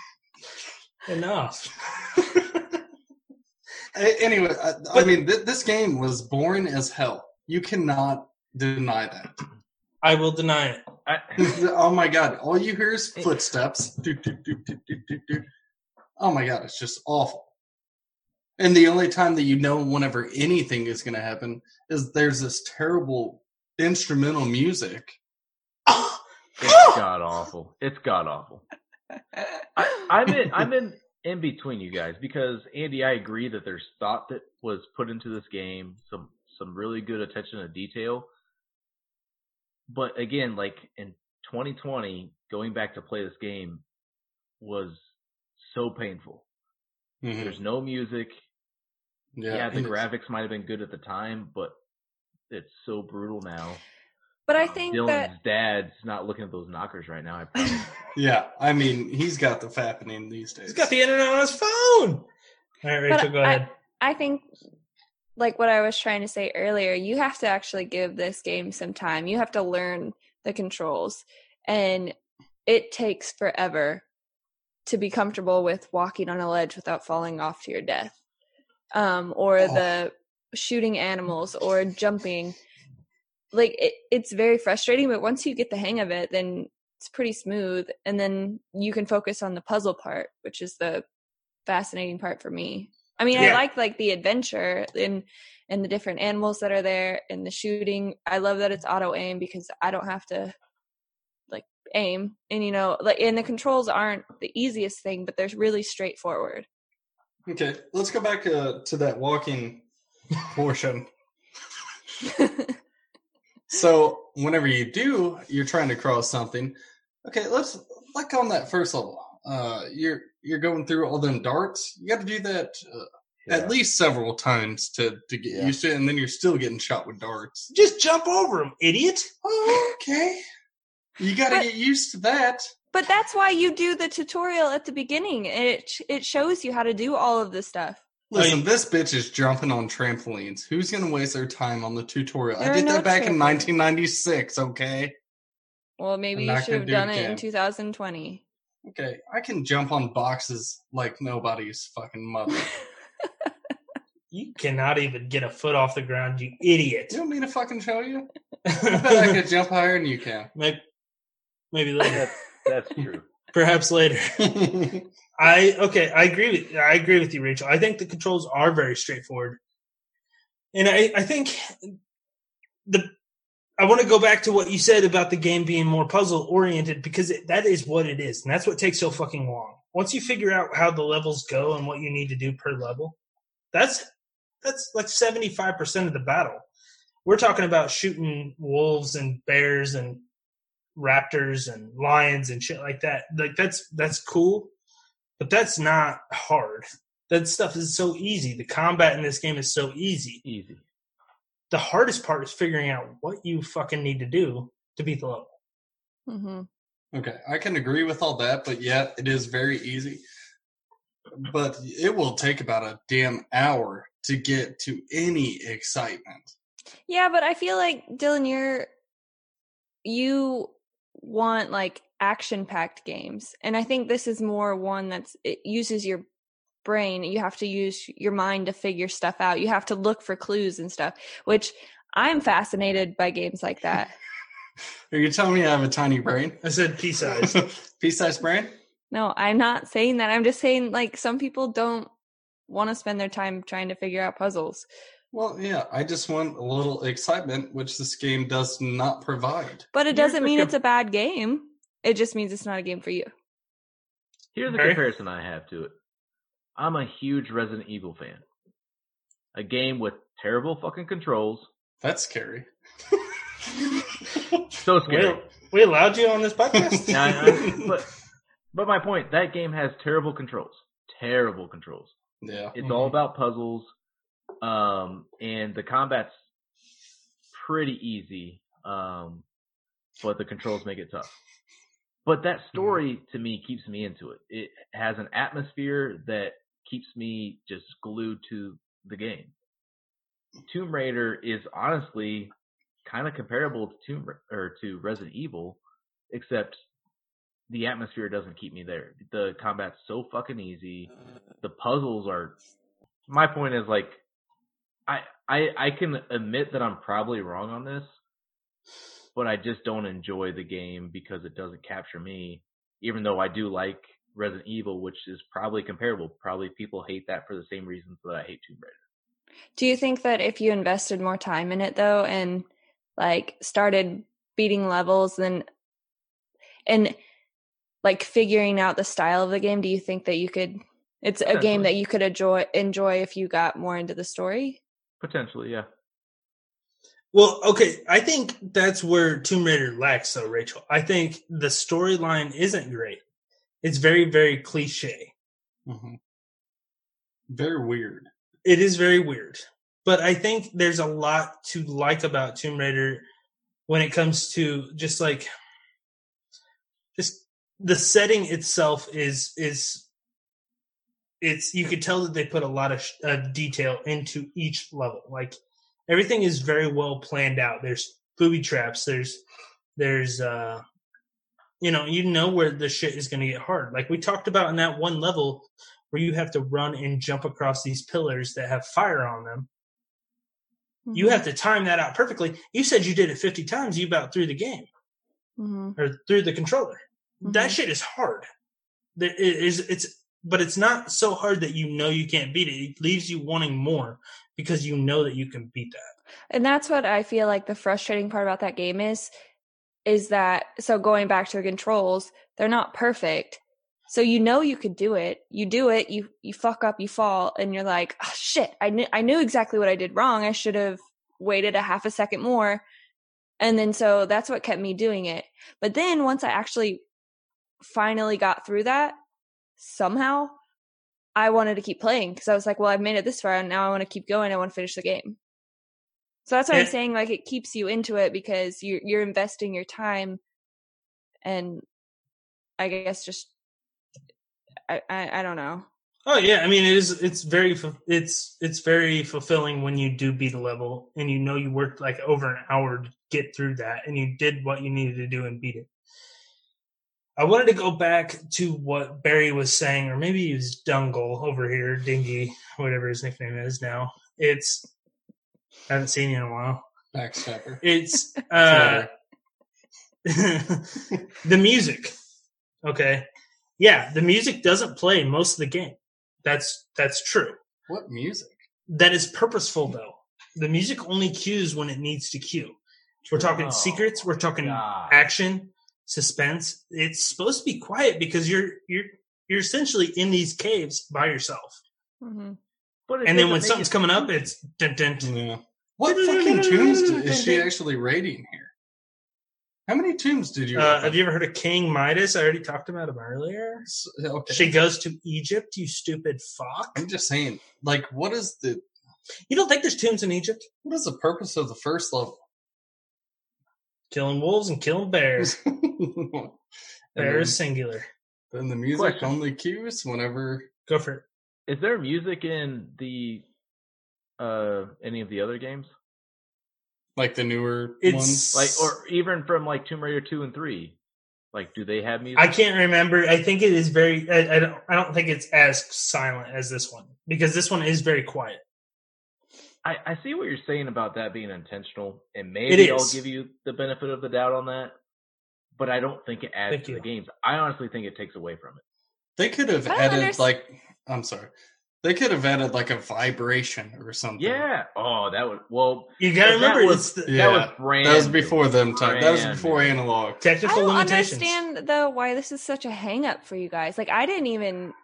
[LAUGHS] Enough. A- anyway, I, I But- mean, th- this game was born as hell. You cannot deny that. I will deny it. [LAUGHS] [LAUGHS] I, oh my god, all you hear is footsteps. Doot, doot, doot, doot, doot, doot, doot. Oh my god, it's just awful. And the only time that you know whenever anything is going to happen is there's this terrible instrumental music. it's god awful. It's god awful. I'm in I'm in in between you guys because Andy, I agree that there's thought that was put into this game, some some really good attention to detail. But again, like in 2020, going back to play this game was so painful. Mm. There's no music. Mm-hmm. Yeah, the and it's- graphics might have been good at the time, but it's so brutal now. [LAUGHS] but Ah, I think Dylan's that dad's not looking at those knockers right now. [LAUGHS] I promise. I Yeah, I mean, he's got the fappening these days. He's got the internet on his phone. All right, But Rachel, go I- ahead. think like what I was trying to say earlier, you have to actually give this game some time. You have to learn the controls and it takes forever to be comfortable with walking on a ledge without falling off to your death. Um or Oh. the shooting animals or jumping like it, it's very frustrating but once you get the hang of it then it's pretty smooth and then you can focus on the puzzle part which is the fascinating part for me i mean i Yeah. like like the adventure and and the different animals that are there and the shooting i love that it's auto aim because i don't have to like aim and you know like and the controls aren't the easiest thing but they're really straightforward [LAUGHS] Okay, let's go back uh, to that walking portion. So, whenever you do, you're trying to cross something. Okay, let's like on that first level. Uh, you're you're going through all them darts. You got to do that uh, Yeah. at least several times to to get Yeah. used to, it, and then you're still getting shot with darts. Just jump over him, idiot. Oh, okay, you got to But- get used to that. But that's why you do the tutorial at the beginning. and It sh- it shows you how to do all of this stuff. Oh, Listen, this bitch is jumping on trampolines. Who's gonna waste their time on the tutorial? There I are did no that back in trampolines. 1996. Okay, Well, maybe I'm you not should gonna have do it done it in again. 2020. okay, I can jump on boxes like nobody's fucking mother. You cannot even get a foot off the ground, you idiot. you don't mean to fucking show you? [LAUGHS] I bet I could jump higher than [LAUGHS] you can. maybe, maybe later. That's true. Perhaps later. I I okay. I agree with I agree with you, Rachel. I think the controls are very straightforward, and I I think the I want to go back to what you said about the game being more puzzle oriented because it, that is what it is, and that's what takes so fucking long. Once you figure out how the levels go and what you need to do per level, that's that's like seventy five percent of the battle. We're talking about shooting wolves and bears and raptors and lions and shit like that. Like that's that's cool, but that's not hard. That stuff is so easy. The combat in this game is so easy. Easy. The hardest part is figuring out what you fucking need to do to beat the level. Mm-hmm. Okay, I can agree with all that, but yeah, it is very easy. But it will take about a damn hour to get to any excitement. Yeah, but I feel like Dylan, you're you want like action-packed games, and I think this is more one that's it uses your brain. You have to use your mind to figure stuff out. You have to look for clues and stuff, which I'm fascinated by games like that. Are you telling me I have a tiny brain? I said pea [LAUGHS] size. Pea sized brain? No, I'm not saying that. I'm just saying like some people don't want to spend their time trying to figure out puzzles. Well, yeah, I just want a little excitement, which this game does not provide. But it You're doesn't mean like a- it's a bad game. It just means it's not a game for you. Here's a [LAUGHS] Okay. comparison I have to it. I'm a huge Resident Evil fan. A game with terrible fucking controls. That's scary. So scary. [LAUGHS] we, we allowed you on this podcast? Yeah, I- I- but but my point, that game has terrible controls. Terrible controls. yeah. It's all about puzzles, um, and the combat's pretty easy, um, but the controls make it tough. But that story to me keeps me into it. It has an atmosphere that keeps me just glued to the game. Tomb Raider is honestly kind of comparable to Tomb Ra- or to Resident Evil, except the atmosphere doesn't keep me there. The combat's so fucking easy. The puzzles are. My point is like, I I I can admit that I'm probably wrong on this, but I just don't enjoy the game because it doesn't capture me. Even though I do like Resident Evil, which is probably comparable. Probably people hate that for the same reasons that I hate Tomb Raider. Do you think that if you invested more time in it though and like started beating levels then and like figuring out the style of the game, do you think that you could it's a game Potentially. that you could enjoy enjoy if you got more into the story? Potentially, yeah. Well, okay, I think that's where Tomb Raider lacks, though, Rachel. I think the storyline isn't great. It's very, very cliche. Mhm. Very weird. It is very weird, but I think there's a lot to like about Tomb Raider when it comes to just like just the setting itself is is it's you could tell that they put a lot of, sh- of detail into each level like everything is very well planned out there's booby traps there's there's uh you know you know where the shit is going to get hard like we talked about in that one level where you have to run and jump across these pillars that have fire on them Mm-hmm. you have to time that out perfectly you said you did it 50 times you about through the game mm-hmm. or through the controller. That shit is hard. There it is it's but it's not so hard that you know you can't beat it. It leaves you wanting more because you know that you can beat that. And that's what I feel like the frustrating part about that game is is that so going back to the controls, they're not perfect. So you know you could do it. You do it, you you fuck up, you fall and you're like, "Oh shit, I knew I knew exactly what I did wrong. I should have waited a half a second more." And then so that's what kept me doing it. But then once I actually finally got through that somehow, I wanted to keep playing because I was like, "Well, I've made it this far and now I want to keep going. I want to finish the game." So that's what I'm Yeah. saying. Like it keeps you into it because you're you're investing your time, and I guess just I I, I don't know. Oh yeah, I mean it is it's very fu- it's it's very fulfilling when you do beat a level and you know you worked like over an hour to get through that and you did what you needed to do and beat it. I wanted to go back to what Barry was saying, or maybe he was Dungle over here, Dingy, whatever his nickname is now. It's I haven't seen you in a while. Backstabber. It's [LAUGHS] uh, [LAUGHS] the music. Okay, yeah, the music doesn't play most of the game. That's that's true. what music? That is purposeful though. The music only cues when it needs to cue. We're talking Oh, secrets. We're talking God. action, suspense. It's supposed to be quiet because you're you're you're essentially in these caves by yourself. Mm-hmm. But it And then doesn't when make something's it- coming up, it's Mm, dun, dun, dun. Yeah. What fucking tunes do- is she actually rating here? How many tombs did you? Uh, open? have you ever heard of King Midas? I already talked about him earlier. S- okay. She goes to Egypt, you stupid fuck. I'm just saying, like, what is the You don't think there's tombs in Egypt? what is the purpose of the first level? [LAUGHS] Killing wolves and killing [LAUGHS] bears. and Bear then, is singular. then the music Question. only cues whenever. Go for it. Is there music in the uh any of the other games? Like the newer It's- ones, Like or even from like Tomb Raider two and three? Like do they have music? I can't remember. I think it is very. I, I don't. I don't think it's as silent as this one because this one is very quiet. I, I see what you're saying about that being intentional, and It maybe is. I'll give you the benefit of the doubt on that. But I don't think it adds Thank to you. the games. I honestly think it takes away from it. they could have I don't added underst- like I'm sorry, they could have added like a vibration or something. Yeah. Oh, that would well. You gotta Well, that remember, was- it's the Yeah, that was brand. that was new. before them time. That was Brand before new. analog. I technical don't limitations. understand though why this is such a hang up for you guys. Like I didn't even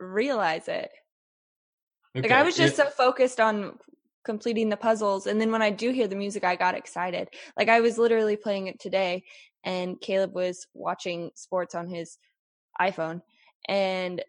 realize it. Like I Okay, was just yeah, so focused on completing the puzzles and then when I do hear the music I got excited. Like I was literally playing it today and Caleb was watching sports on his iPhone and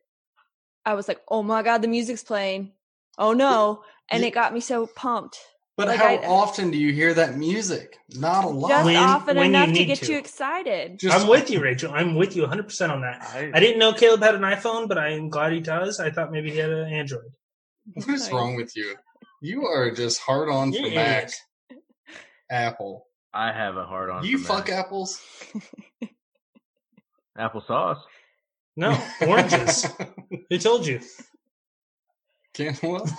I was like, "Oh my god, the music's playing." Oh no. And Yeah. it got me so pumped. but like how I- often do you hear that music? Not a lot. Just When- often when you enough to need get to. you excited. Just- I'm with you, Rachel. I'm with you 100 percent on that. I, I didn't know Caleb had an iPhone, but I'm glad he does. I thought maybe he had an Android. What is wrong with you? You are just hard on You're for an Mac, idiot. Apple. I have a hard on. You for fuck that. apples. applesauce. No [LAUGHS] [LAUGHS] oranges. Who told you? Can't what?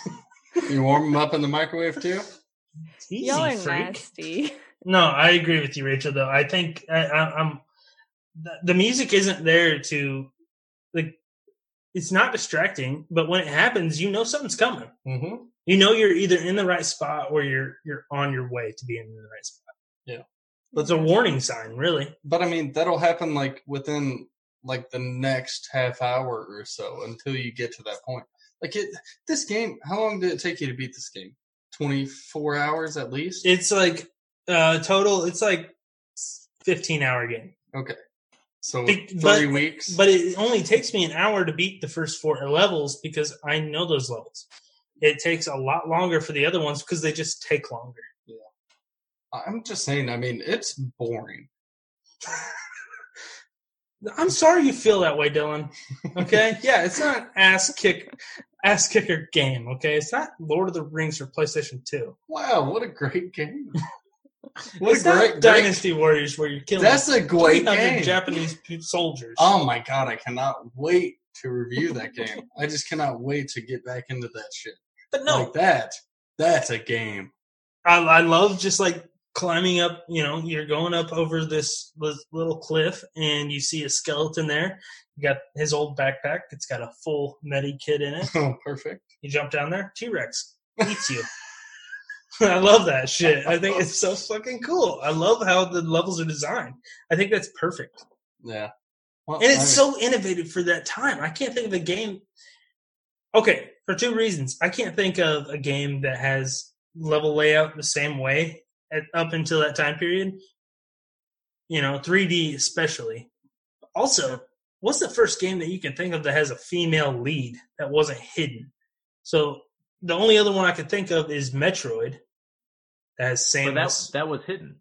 You warm them up in the microwave too? Easy, Y'all are freak. nasty. No, I agree with you, Rachel. Though I think I, I, I'm the, the music isn't there to like it's not distracting, but when it happens, you know something's coming. Mm-hmm. You know you're either in the right spot or you're you're on your way to being in the right spot. It's [LAUGHS] a warning sign, really. But I mean, that'll happen like within like the next half hour or so until you get to that point. Like it, this game. How long did it take you to beat this game? Twenty four hours at least. It's like uh total. It's like fifteen hour game, So Be- three but- weeks. but it only takes me an hour to beat the first four levels because I know those levels. It takes a lot longer for the other ones because they just take longer. I'm just saying. I mean, it's boring. I'm sorry you feel that way, Dylan. [LAUGHS] Okay, yeah, it's not an ass kick, ass kicker game. Okay, it's not Lord of the Rings for PlayStation Two. Wow, what a [LAUGHS] great game! What it's a great, not great Dynasty Warriors where you're killing That's a great 300 game. Japanese p- soldiers. Oh my god, I cannot wait to [LAUGHS] review that game. I just cannot wait to get back into that shit. but no, Like that. That's a game. [LAUGHS] I, I love just like climbing up. You know, you're going up over this, this little cliff, and you see a skeleton there. You got his old backpack. It's got a full Medi kit in it. Oh, perfect. You jump down there, T Rex eats you. [LAUGHS] I love that shit. I think it's so fucking cool. I love how the levels are designed. I think that's perfect. Yeah. Well, And it's [LAUGHS] so [LAUGHS] innovative for that time. I can't think of a game. Okay, for two reasons. I can't think of a game that has level layout the same way at, up until that time period. You know, 3D especially. Also, what's the first game that you can think of that has a female lead that wasn't hidden? So the only other one I could think of is Metroid that has But Samus. that that was hidden.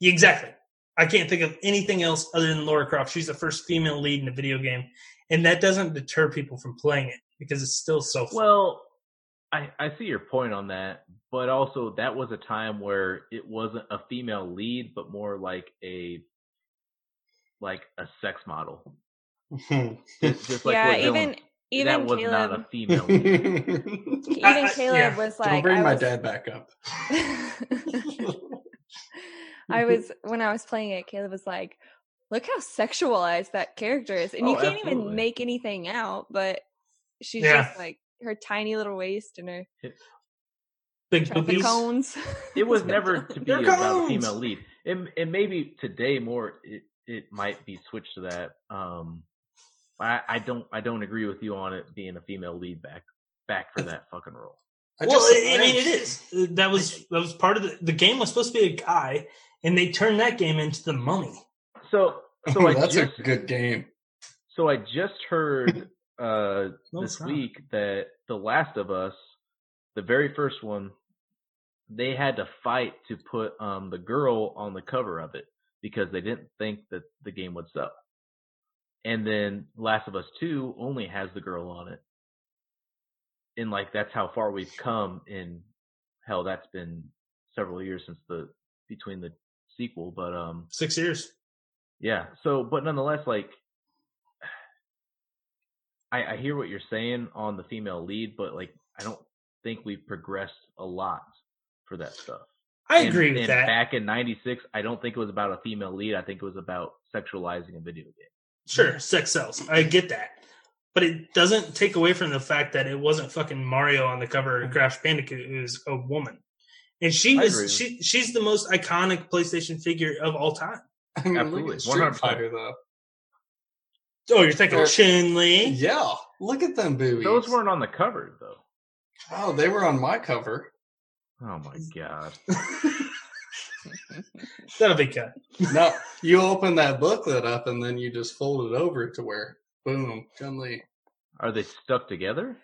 Yeah, Exactly. I can't think of anything else other than Laura Croft. She's the first female lead in a video game, and that doesn't deter people from playing it because it's still so fun. Well, I I see your point on that, but also that was a time where it wasn't a female lead, but more like a like a sex model. Just, just like yeah, what Dylan- even even that was Caleb not a female [LAUGHS] lead. [LAUGHS] even I- I- Caleb yeah. was Don't like bring I my was, dad back up. [LAUGHS] I was when I was playing it, Caleb was like, Look how sexualized that character is. And you Oh, can't even absolutely. make anything out, but she's Yeah. just like her tiny little waist and her Big traffic boobies. cones. It was never to be They're about a cones! female lead. It and maybe today more it it might be switched to that. Um, I I don't I don't agree with you on it being a female lead back back for that fucking role. [LAUGHS] well, I, I mean, it is. That was that was part of the, the game was supposed to be a guy, and they turned that game into the Mummy. So so So [LAUGHS] I that's just a good game. [LAUGHS] so I just heard uh No, this it's not. week that The Last of Us, the very first one, they had to fight to put um the girl on the cover of it because they didn't think that the game would sell. And then Last of Us 2 only has the girl on it. And like that's how far we've come in hell that's been several years since the between the sequel but um Six years. yeah. So, but nonetheless, like, I, I hear what you're saying on the female lead, but like, I don't think we've progressed a lot for that stuff. I And- agree with and that. Back in '96, I don't think it was about a female lead. I think it was about sexualizing a video game. Sure, sex sells. I get that. But it doesn't take away from the fact that it wasn't fucking Mario on the cover of Crash Bandicoot. It was a woman. And she I agree. was she she's the most iconic PlayStation figure of all time. I mean, look Absolutely, at Street 100%. Fighter though. Oh, you're thinking Or- Chin [LAUGHS] Lee? Yeah, look at them boobies. Those weren't on the cover, though. Oh, they were on my cover. Oh my god! That'll be cut. No, you open that booklet up and then you just fold it over to where, boom, Chun Li. Are they stuck together?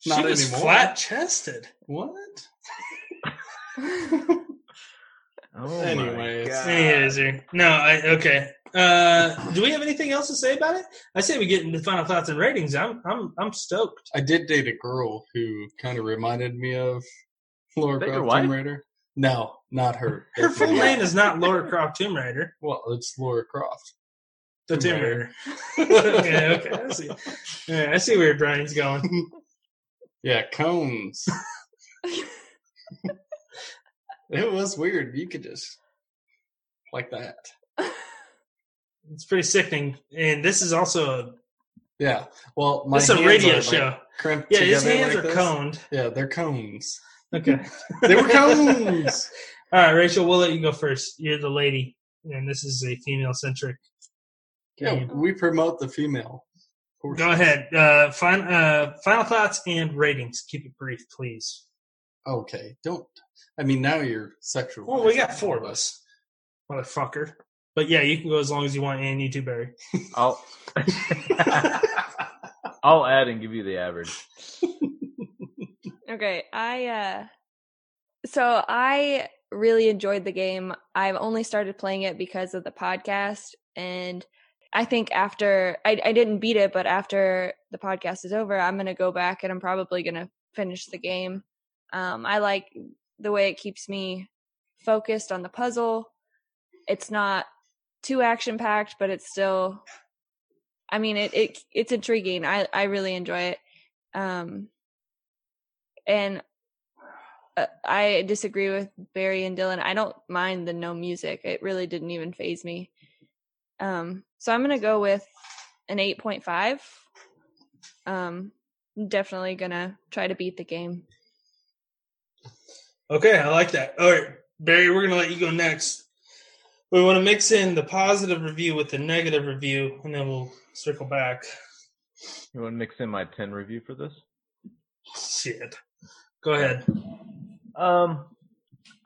She Not was anymore. flat chested. What? Oh Anyways. my god! Anyways, sir. no, I okay. Uh, do we have anything else to say about it? I say we get into final thoughts and ratings. I'm I'm I'm stoked. I did date a girl who kind of reminded me of Laura Is that your Croft wife? Tomb Raider. No, not her. [LAUGHS] Her full Definitely not. name is not Laura Croft Tomb Raider. Well, it's Laura Croft. The Tomb Tomb Raider. Raider. [LAUGHS] okay, okay. I see. Yeah, I see where Brian's going. Yeah, [LAUGHS] cones. it was weird. You could just like that. It's pretty sickening. And this is also a, Yeah. Well, my this is a hands radio are, like, show. crimped yeah, his together hands like are this. Mm-hmm. coned. Yeah, they're cones. Okay. They [LAUGHS] were cones. All right, Rachel, we'll let you go first. You're the lady, and this is a female centric. yeah, we promote the female. Go ahead. Uh, fin- uh, final thoughts and ratings. Keep it brief, please. Okay, don't. I mean, now you're sexual. Well, we got four of us, motherfucker. But yeah, you can go as long as you want, and you too, [LAUGHS] Barry. I'll [LAUGHS] I'll add and give you the average. Okay, I uh so I really enjoyed the game. I've only started playing it because of the podcast and I think after I I didn't beat it, but after the podcast is over, I'm going to go back and I'm probably going to finish the game. Um I like the way it keeps me focused on the puzzle. It's not too action packed, but it's still I mean, it, it it's intriguing. I I really enjoy it. Um and uh, I disagree with Barry and Dylan. I don't mind the no music. It really didn't even phase me. Um, so I'm gonna go with an 8.5. Um, I'm definitely gonna try to beat the game. Okay, I like that. All right, Barry, we're gonna let you go next. We want to mix in the positive review with the negative review, and then we'll circle back. You want to mix in my ten review for this? Shit. Go ahead. Um,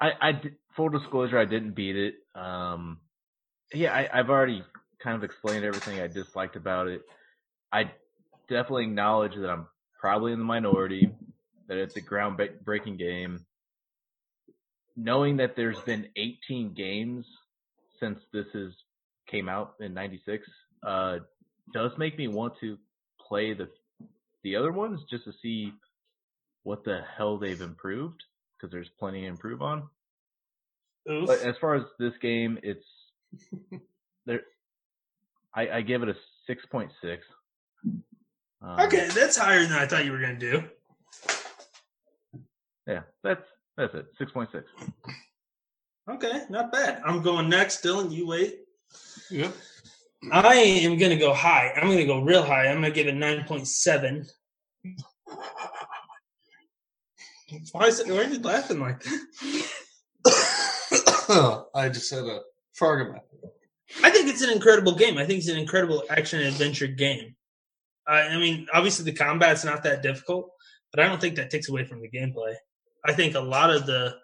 I, I di- full disclosure, I didn't beat it. Um, yeah, I, I've already kind of explained everything I disliked about it. I definitely acknowledge that I'm probably in the minority, that it's a groundbreaking game. Knowing that there's been 18 games since this is came out in '96, uh, does make me want to play the the other ones just to see what the hell they've improved because there's plenty to improve on. Oof. But as far as this game, [LAUGHS] it's there. I, I give it a six point six. Um, Okay, that's higher than I thought you were gonna do. Yeah, that's that's it. Six point six. Okay, not bad. I'm going next, Dylan. You wait. Yep. I am gonna go high. I'm gonna go real high. I'm gonna give it nine point seven. Why is it? Why are you laughing like that? [COUGHS] I just had a Fargo I think it's an incredible game. I think it's an incredible action adventure game. I I mean, obviously the combat's not that difficult, but I don't think that takes away from the gameplay. I think a lot of the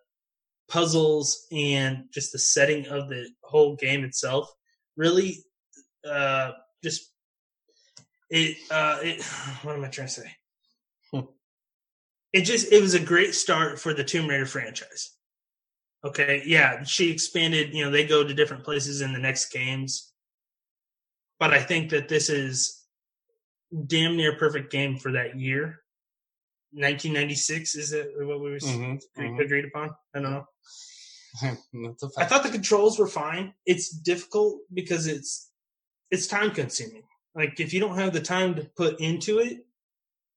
puzzles and just the setting of the whole game itself really uh, just it uh, it [SIGHS] what am I trying to say? It just it was a great start for the Tomb Raider franchise. Okay, yeah, she expanded. You know, they go to different places in the next games, but I think that this is damn near perfect game for that year. 1996 is it what we was Mhm, mhm. agreed upon? I don't know. mm-hmm. [LAUGHS] That's a I fact. thought the controls were fine. It's difficult because it's it's time consuming. Like if you don't have the time to put into it,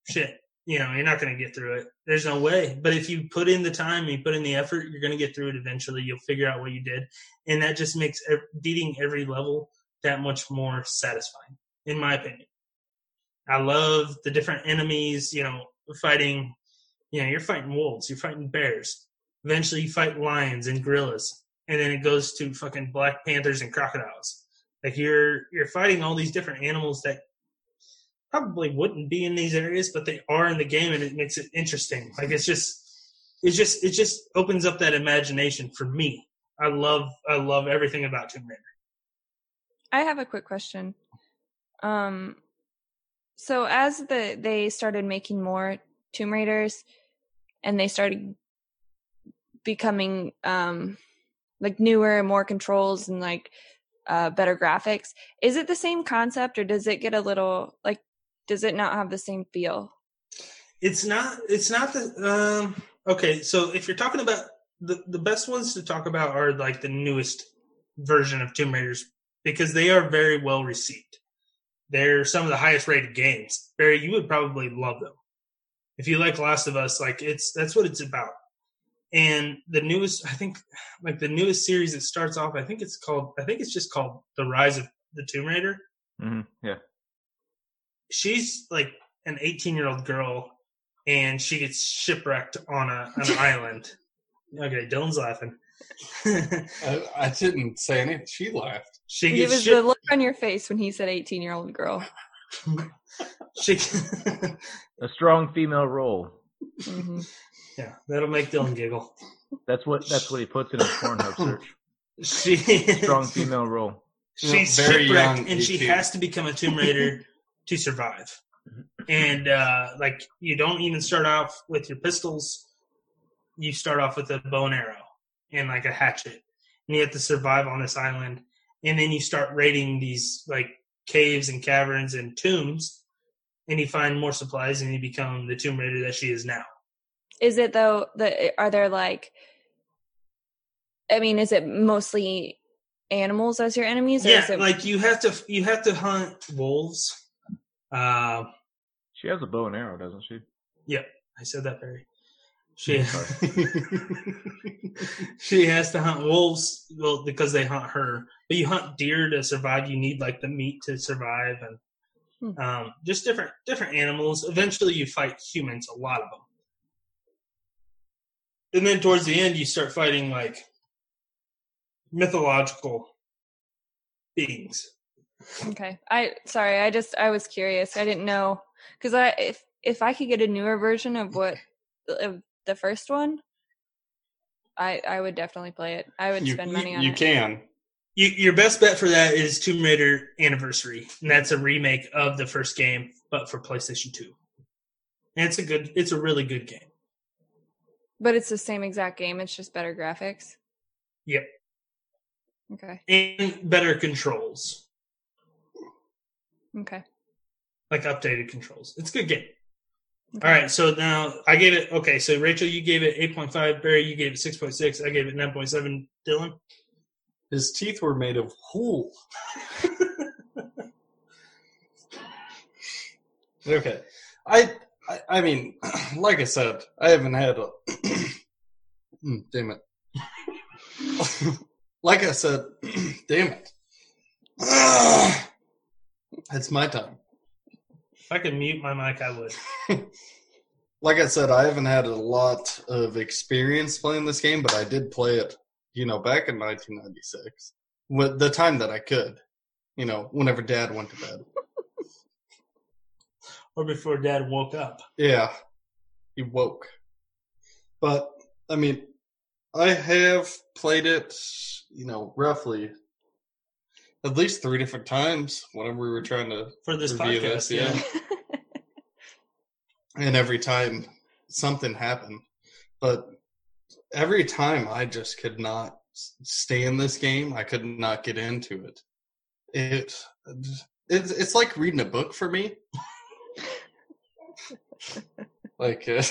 shit, you know, you're not going to get through it. There's no way. But if you put in the time and you put in the effort, you're going to get through it eventually. You'll figure out what you did, and that just makes ev- beating every level that much more satisfying, in my opinion. I love the different enemies. You know, fighting. You know, you're fighting wolves. You're fighting bears. Eventually, you fight lions and gorillas and then it goes to fucking black panthers and crocodiles. Like you're you're fighting all these different animals that probably wouldn't be in these areas, but they are in the game, and it makes it interesting. Like it's just it's just it just opens up that imagination for me. I love I love everything about Tomb Raider. I have a quick question. Um, so as the they started making more Tomb Raiders, and they started becoming um like newer and more controls and like uh better graphics, is it the same concept or does it get a little like does it not have the same feel? It's not it's not the um okay, so if you're talking about the the best ones to talk about are like the newest version of Tomb Raiders because they are very well received. They're some of the highest rated games. Barry, you would probably love them. If you like Last of Us, like it's that's what it's about. And the newest I think like the newest series that starts off, I think it's called I think it's just called The Rise of the Tomb Raider hmm Yeah. she's like an 18 year old girl and she gets shipwrecked on a, an island. Okay, Dylan's laughing. [LAUGHS] I, I didn't say anything. She laughed. she It gets was ship- the look on your face when he said eighteen year old girl. she [LAUGHS] A strong female role. Mhm. Yeah, that'll make Dylan giggle. That's what that's what he puts in his Pornhub search. [LAUGHS] She [LAUGHS] Strong female role. she's No, very shipwrecked young and she EQ. has to become a tomb [LAUGHS] raider to survive and uh like you don't even start off with your pistols you start off with a bow and arrow and like a hatchet and you have to survive on this island and then you start raiding these like caves and caverns and tombs and you find more supplies and you become the tomb raider that she is now Is it though that eh, are there like I mean, is it mostly animals as your enemies? Or yeah is it, like you have to you have to hunt wolves uh She has a bow and arrow, doesn't she? I said that very. [LAUGHS] She she has to hunt wolves, well, because they hunt her. But you hunt deer to survive. You need like the meat to survive, and Hmm. um, just different different animals. Eventually, you fight humans, a lot of them, and then towards the end, you start fighting like mythological beings. okay. I sorry, I just I was curious. I didn't know because I if if I could get a newer version of what of the first one, I I would definitely play it. I would you, spend you- money on you it. can. You, your best bet for that is Tomb Raider Anniversary, and that's a remake of the first game, but for PlayStation Two. And it's a good, it's a really good game. But it's the same exact game. It's just better graphics. Yep. Okay. and better controls, Okay. [LAUGHS] like updated controls. It's a good game. All right, so now I gave it okay. So Rachel, you gave it eight point five. Barry, you gave it six point six. I gave it nine point seven. Dylan, His teeth were made of wool. okay, I, I I mean, [CLEARS THROAT] like I said, I haven't had a. [CLEARS THROAT] Mm, damn it! [LAUGHS] like I said, [CLEARS THROAT] damn it! [SIGHS] it's my time. if I could mute my mic, I would. like I said, I haven't had a lot of experience playing this game, but I did play it, you know, back in 1996, with the time that I could, you know, whenever Dad went to bed. Or before Dad woke up. Yeah, he woke. But I mean, I have played it, you know, roughly at least three different times whenever we were trying to for this Review podcast. this, yeah. yeah. and every time something happened. But every time I just could not s- stay in this game. I could not get into it. It it's it's like reading a book for me. like uh,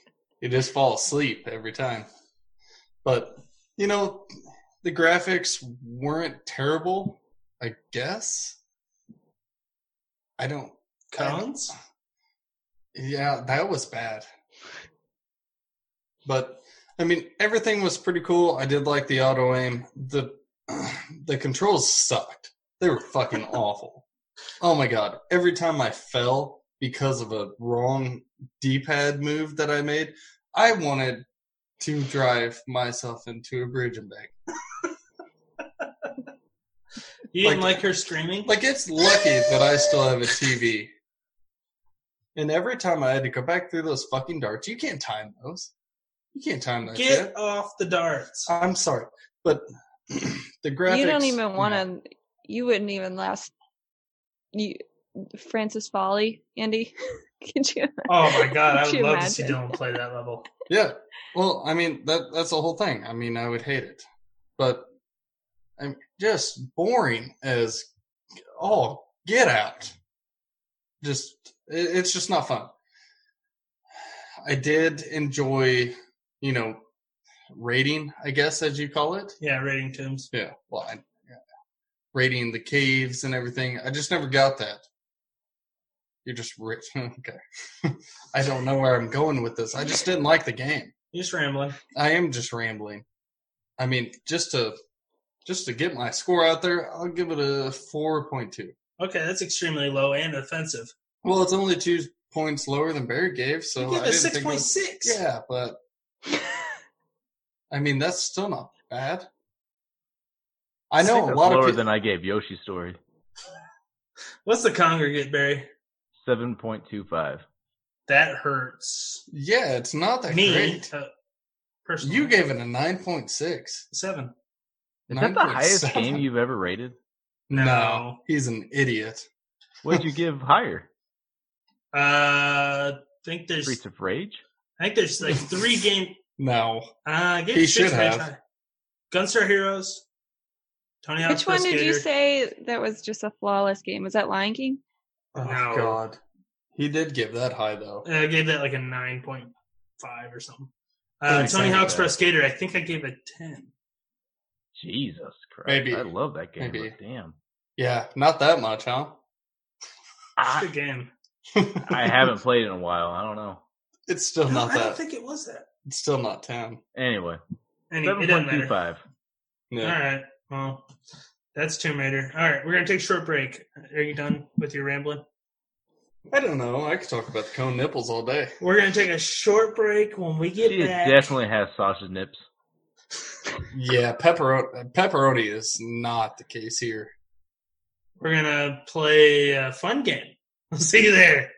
[LAUGHS] you just fall asleep every time. But you know, the graphics weren't terrible, I guess. I don't Cons? yeah, that was bad. But I mean, everything was pretty cool. I did like the auto aim. The [SIGHS] the controls sucked. They were fucking awful. Oh my god! Every time I fell because of a wrong D-pad move that I made, I wanted to drive myself into a bridge and back. You didn't Like- like her screaming? Like it's lucky that I still have a TV. And every time I had to go back through those fucking darts, you can't time those. You can't time that Get shit. off the darts. I'm sorry, but [CLEARS THROAT] the graphics. you don't even want to. You wouldn't even last. You, Francis Folly, Andy. [LAUGHS] Could you? Oh my god, I would Could you love to see imagine? Dylan play that level. Yeah. Well, I mean that that's the whole thing. I mean, I would hate it, but I'm just boring as oh get out. Just it, it's just not fun. I did enjoy, you know, raiding. I guess as you call it. Yeah, rating Tim's. Yeah. Well, I, yeah. raiding the caves and everything. I just never got that. You're just rich. [LAUGHS] okay. [LAUGHS] I don't know where I'm going with this. I just didn't like the game. You're just rambling. I am just rambling. I mean, just to just to get my score out there, I'll give it a four point two. Okay, that's extremely low and offensive. Well, it's only two points lower than Barry gave, so you give Oh, I it didn't six think it point was- six. Yeah, [LAUGHS] but I mean that's still not bad. I know think a that's lot lower of people. than I gave Yoshi's story. What's the congregate, Barry? Seven point two five. That hurts. yeah, it's not that Me, great. uh, personally, You gave it a nine point six. seven. Is that the highest game you've ever rated? No. No, he's an idiot. What'd you give higher? Uh, I think there's, Streets of Rage. I think there's like [LAUGHS] three game. No, Uh, I gave He it six should Rage have. High. Gunstar Heroes. Tony Hawk's Which one Pro did you Skater. say that was just a flawless game? Was that Lion King? oh No. god, he did give that high though. Uh, I gave that like a nine point five or something. Pretty Uh, Tony excited Hawk's Pro about it. Skater. I think I gave a ten. Jesus Christ! Maybe. I love that game. Maybe. but damn, Yeah, not that much, huh? Ah. It's a good game. I haven't played in a while. I don't know. [LAUGHS] It's still No, not I don't that. think it was that. it's still not ten. Anyway, Any, it seven doesn't point matter. two five. No. All right. Well, that's Tomb Raider. All right, we're gonna take a short break. Are you done with your rambling? I don't know. I could talk about the cone nipples all day. We're gonna take a short break. When we get She back, definitely has sausage nips. Yeah, pepperoni, pepperoni is not the case here. we're gonna play a fun game. [LAUGHS] We'll see you there.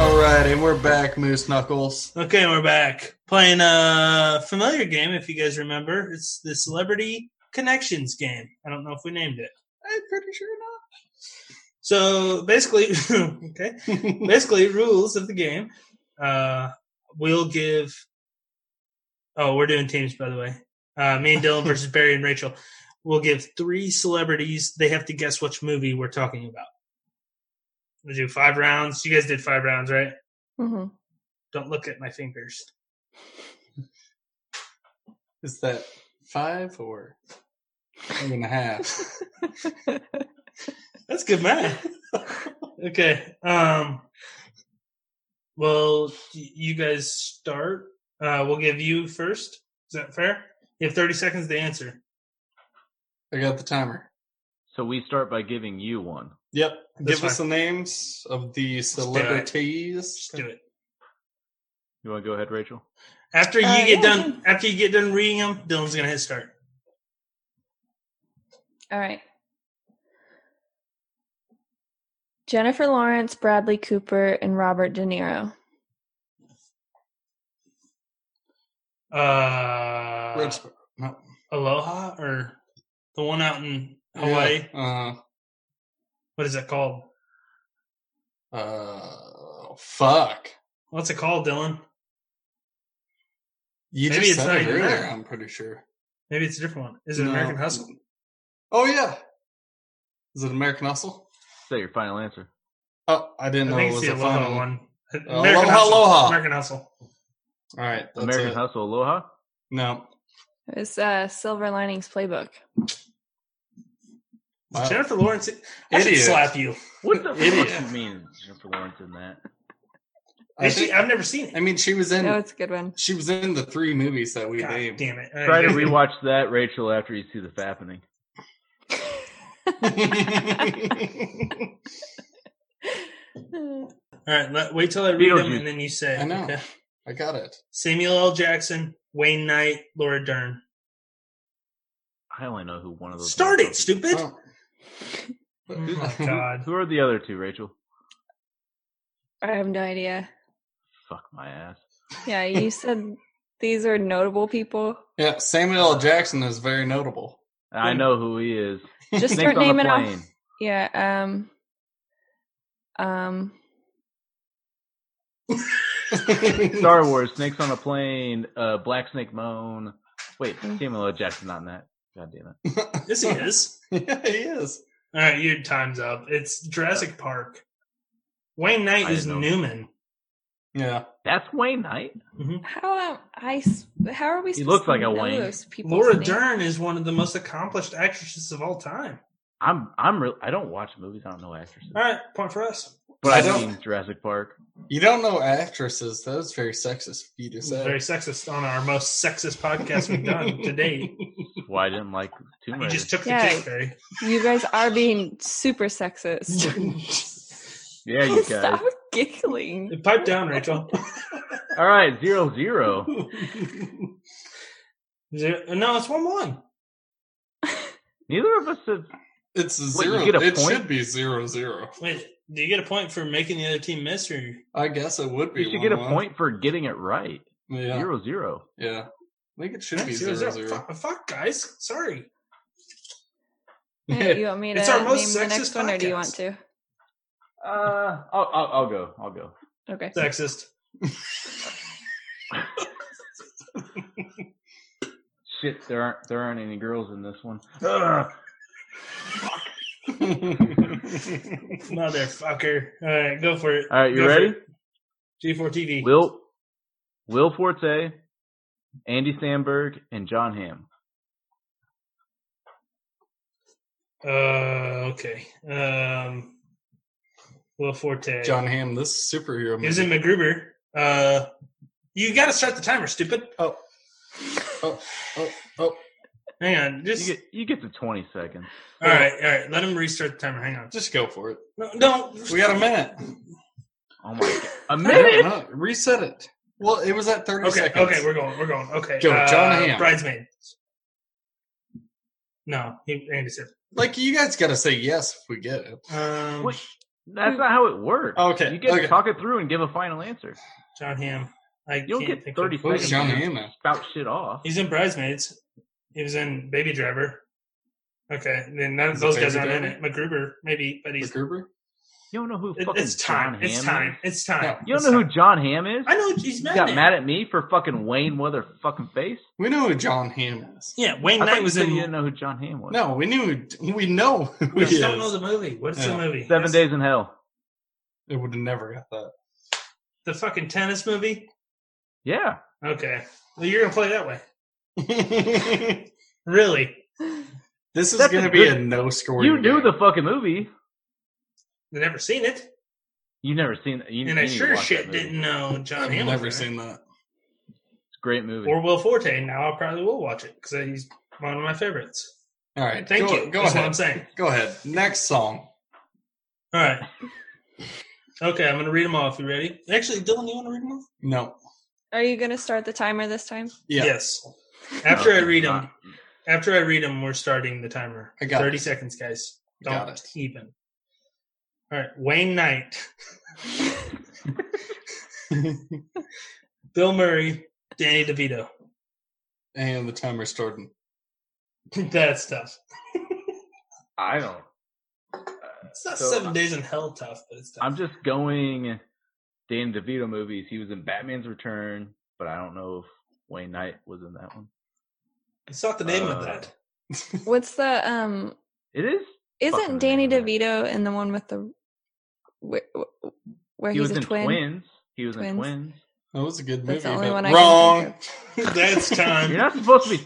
All right, and we're back, Moose Knuckles. Okay, we're back playing a familiar game. If you guys remember, it's the Celebrity Connections game. I don't know if we named it. I'm pretty sure So basically, [LAUGHS] okay. [LAUGHS] not. basically rules of the game. Uh, we'll give. Oh, we're doing teams, by the way. Uh, me and Dylan versus Barry and Rachel. We'll give three celebrities. They have to guess which movie we're talking about. We do five rounds. You guys did five rounds, right? hmm Don't look at my fingers. Is that five or five and [LAUGHS] a half? That's good math. [LAUGHS] okay. Um. Well, y- you guys start. Uh, we'll give you first. Is that fair? You have thirty seconds to answer. I got the timer. So we start by giving you one. Yep. That's Give us the names of the celebrities. Just do it. You want to go ahead, Rachel? After you Uh, get yeah, done, sure. after you get done reading them, Dylan's gonna hit start. All right. Jennifer Lawrence, Bradley Cooper, and Robert De Niro. Uh, Red Sp- no. Aloha or the one out in Hawaii. Yeah, What is it called? Uh, uh, fuck. What's it called, Dylan? You Maybe just it's said not it even earlier, there. I'm pretty sure. Maybe it's a different one. Is it No. American Hustle? Oh, yeah. Is it American Hustle? Is that your final answer? Oh, I didn't I know think it it's was the a Aloha final one. one. Aloha, American Hustle. American Aloha. Hustle. All right. That's American it. Hustle, Aloha. No. It's uh, Silver Linings Playbook. Is Wow. Jennifer Lawrence. I should Idiot. slap you. [LAUGHS] What the Idiot. fuck you mean Jennifer Lawrence in that? I, Is she- think- I've never seen I it. mean, she was in That was a good one. she was in the three movies that we God named. damn it! [LAUGHS] Try to rewatch that, Rachel, after you see the fappening. I All right, let, wait till I read them Beetlejuice. and then you say. [LAUGHS] I know. okay? [LAUGHS] got it. Samuel L. Jackson, Wayne Knight, Laura Dern. I only know who one of those. Start it, motherfuckers- stupid. Oh. Oh [LAUGHS] my god. Who are the other two, Rachel? I have no idea. Fuck my ass. Yeah, you said these are notable people. Yeah, Samuel L. Jackson is very notable. I know who he is. Just Snake's start on the naming off. plane. Yeah. Um. Um. [LAUGHS] Star Wars, Snakes on a Plane, uh, Black Snake Moan. Wait, Hmm. Samuel L. Jackson not in that. God damn it. Yes, he is. yeah, he is. All right, your time's up. It's Jurassic Park. Wayne Knight I is know. Newman. Yeah. That's Wayne Knight. How am I? s- How are we? He supposed looks to like a know Wayne. those people's Laura names? Dern is one of the most accomplished actresses of all time. I'm I'm real. I don't watch movies. I don't know actresses, All right, point for us. but I I've don't- seen Jurassic Park. You don't know actresses. That was very sexist of you to This say. is very sexist on our most sexist podcast we've done to date. That's why I didn't like Tomb You Raider. just took the Yeah. cake, Barry. You guys are being super sexist. [LAUGHS] yeah, [LAUGHS] you guys. Stop giggling. [LAUGHS] [LAUGHS] Pipe down, Rachel. All right, zero zero. Is there- no, it's one one. Neither of us have. It's Wait, you zero. get a it point? should be zero zero. Wait, do you get a point for making the other team miss, or I guess it would be. You should get a one-one. point for getting it right. Yeah. Zero zero. Yeah. I think it should be Zero, zero zero. zero. Fuck, fuck, guys. Sorry. [LAUGHS] Hey, Uh, You want me to It's our most name the sexist next one, or do you want podcast. to? Uh, I'll, I'll I'll go. I'll go. Okay. Sexist. Shit, there aren't there aren't any girls in this one. Ugh. Motherfucker. All right, go for it. All right, you Go for ready? it. G4 TV. Will Will Forte, Andy Sandberg, and John Hamm. Uh, okay. Um, Will Forte. John Hamm, this superhero He was in movie. MacGruber. Uh, you got to start the timer, stupid. Oh, oh, Hang on. You Just get you get to twenty seconds. all right. All right. Let him restart the timer. Hang on. just go for it. No, no. We got a minute. Oh my [LAUGHS] god, a No, [LAUGHS] minute. no, reset it. Well, it was at thirty Okay. seconds. Okay. We're going. We're going. Okay. uh, Go, John Hamm. Bridesmaid. No, he, Andy said. like you guys got to say yes if we get it. Um, Wait. That's not how it works. Okay, you get okay. to talk it through and give a final answer. John Hamm. I You don't can't get think thirty Of, What was seconds. John to Hamm in? Spout shit off. he's in Bridesmaids. He was in Baby Driver. Okay. Then none of He's in those guys Baby aren't in it. Driver? MacGruber, maybe, but he's MacGruber? You don't know who It- fucking it's time. John Hamm it's time. is? It's time. No. You don't It's know who time. John Hamm is? I know he's You mad. got mad at me for fucking Wayne Weatherfucking Face? We know who John Hamm is. Yeah, Wayne I thought Knight you was said in. you didn't know who John Hamm was. No, we knew. We know we who he just is. don't know the movie. What's the Yeah. movie? Seven It's Days in Hell. It would have never got that. The fucking tennis movie. Yeah. Okay, well you're gonna play that way. this Really? is That's going a to be good- a no score. You knew the fucking movie. I've never seen it, You never seen you, and you I need to sure watch that shit movie. didn't [LAUGHS] know John Hamm. I've was in never it. seen that. It's a great movie. Or Will Forte. Now I probably will watch it because he's one of my favorites. All right, Thank go, you. Go That's ahead. what I'm saying. Go ahead. Next song. All right. Okay, I'm gonna read them off. You ready? Actually, Dylan, you want to read them off? No. Are you gonna start the timer this time? Yeah. Yes. After I No, read not. them, after I read them, we're starting the timer. I got thirty it. seconds, guys. Don't Got it. even. All right, Wayne Knight, [LAUGHS] Bill Murray, Danny DeVito. [LAUGHS] and the timer's starting. That's tough. I don't. It's not So, seven I- days in hell tough, but it's tough. I'm just going Dan DeVito movies. He was in Batman's Return, but I don't know if Wayne Knight was in that one. it's not the name of uh, that. What's the um? It is. Isn't Fucking Danny remember. DeVito in the one with the where, where He he's was a in twin? Twins. He was in [LAUGHS] Twins. Twins. That was a good movie. That's the only but one I wrong. can Uh, [LAUGHS] That's time. [LAUGHS] You're not supposed to be.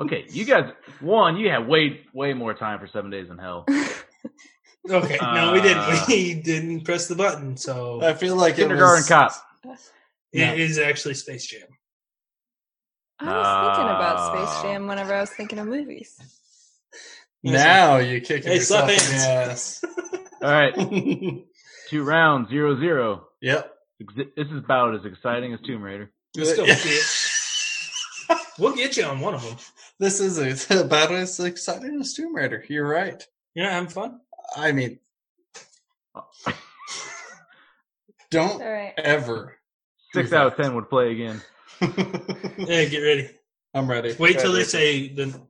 Okay, you guys. One, you had way way more time for Seven Days in Hell. think of. Okay, no, we Uh, didn't. We didn't press the button, so [LAUGHS] I feel like [LAUGHS] it Kindergarten was, Cop. Uh, yeah. it is actually Space Jam. [LAUGHS] I was thinking about Ah. Space Jam whenever I was thinking of movies. Now you're kicking Hey, slap yourself in hands. the ass. All right, two rounds, zero zero. [LAUGHS] yep. Ex- This is about as exciting as Tomb Raider. Let's [LAUGHS] go We'll get you on one of them. this is [LAUGHS] it's about as exciting as Tomb Raider. You're right. You're not having fun. I mean, [LAUGHS] don't All right. ever. Six out of ten would play again. [LAUGHS] I'm Yeah, get ready. ready. Wait till they say the.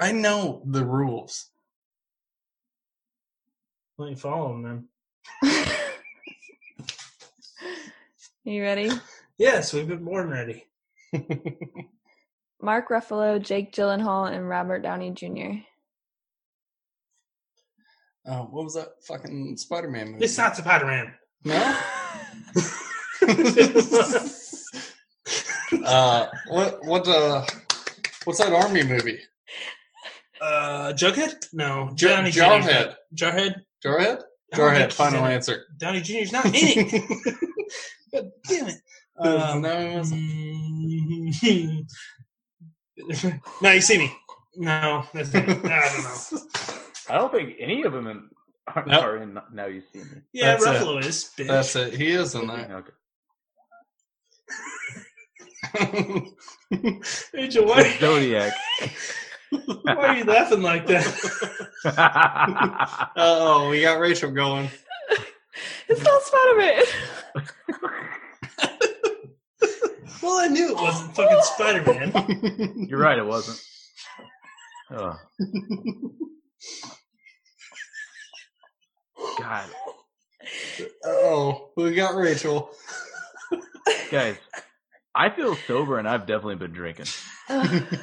I know the rules. Let me follow them then. [LAUGHS] you ready? Yes, we've been born ready. Mark Ruffalo, Jake Gyllenhaal, and Robert Downey Jr. Oh, what was that fucking Spider-Man movie? It's not Spider Man. no. [LAUGHS] uh, what what uh, what's that army movie? Uh, Jughead? No, Jar- Johnny Jarhead. Jr. Jarhead. Oh, I Jarhead. don't think Jarhead. he's Final in it. answer. [LAUGHS] Downey Jr.'s not in [LAUGHS] it. God damn it. Um, no, he wasn't. [LAUGHS] no, you see me. No, that's not, I don't [LAUGHS] know. I don't think any of them in, are, Nope. are in. Now you see me. Yeah, That's it. Ruffalo is. Bitch. That's it. He is in [LAUGHS] Okay. that. Rachel, The why, [LAUGHS] Zodiac. [LAUGHS] why are you laughing like that? [LAUGHS] oh, we got Rachel going. It's not Spider Man. well, I knew it wasn't fucking Spider Man. You're right. It wasn't. Oh. God, oh, we got Rachel. guys, I feel sober and I've definitely been drinking. I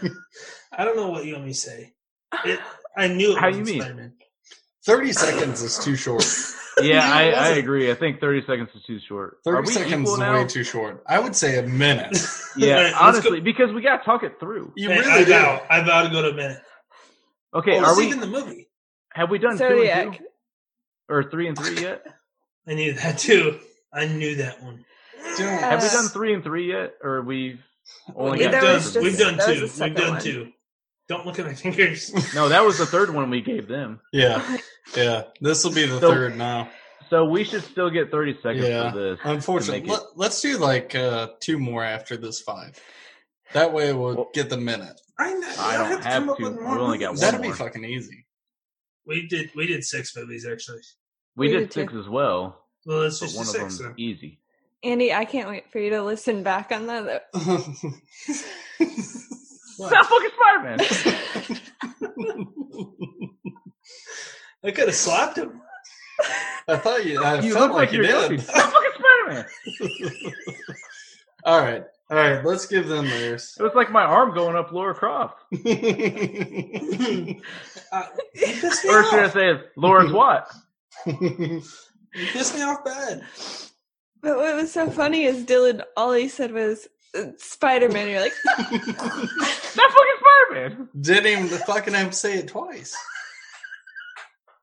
don't know what you want me to say. [SIGHS] It, I knew it How wasn't you mean? Spider-Man. Thirty seconds is too short. Yeah, [LAUGHS] I, I wasn't. agree. I think 30 seconds is too short. Are Thirty we seconds equal is now? way too short. I would say a [LAUGHS] minute. All [LAUGHS] Yeah, right, let's honestly, because we got to talk it through. Go, You hey, I really do. vow. I vow to go to a minute. Okay, oh, are it's we? even the movie. Have we done two and Zodiac. two or three and three yet? I knew that [LAUGHS] too. I knew that one. Don't- Have we Uh, done three and three yet, or we've we've, only got that done, was just- we've done that was two. the We've second done one. two. Don't look at my [LAUGHS] fingers. No, that was the third one we gave them. [LAUGHS] Yeah, yeah. This will be the So- third now. So we should still get 30 seconds Yeah. for this. Unfortunately, make it- let, us do like uh, two more after this five. That way we'll Well- get the minute. I, know, I don't have to. We've only got movies. one That'll be more. fucking easy. [LAUGHS] We did. We did six movies actually. We We did did two. six as well, Well, let's but just do one of six them's then. easy. Andy, I can't wait for you to listen back on that. It's not fucking Spider-Man. [LAUGHS] I could have slapped him. I thought you. I you felt look like, you you're guilty. did. It's not fucking Spider-Man. all right, all right. Let's give them theirs. [LAUGHS] It was like my arm going up Laura Croft. Uh, [LAUGHS] you pissed me Or should I off. say it's Lawrence Watt? You pissed me off bad. But what was so funny is Dylan, all he said was Spider Man. You're like, It's Not fucking Spider-Man. [LAUGHS] Didn't even fucking have to say it twice.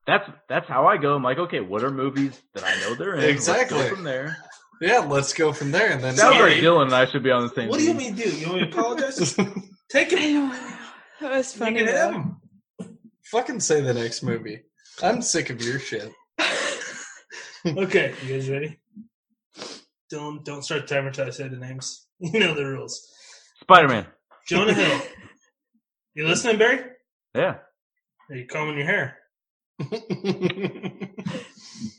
That's that's how I go. I'm like, okay, what are movies that I know they're in? Let's go Exactly. from there. Yeah, let's go from there. And then Sounds like Sorry. Dylan and I should be on the same. What do you team. mean, do? You want me to [LAUGHS] apologize? Take him. I don't know. That was You funny. can have though. him. [LAUGHS] fucking say the next movie. I'm sick of your [LAUGHS] shit. Okay, you guys ready? Don't don't start to advertise the names. [LAUGHS] You know the rules. Spider-Man. Jonah [LAUGHS] Hill. You listening, Barry? Yeah, Are you combing your hair?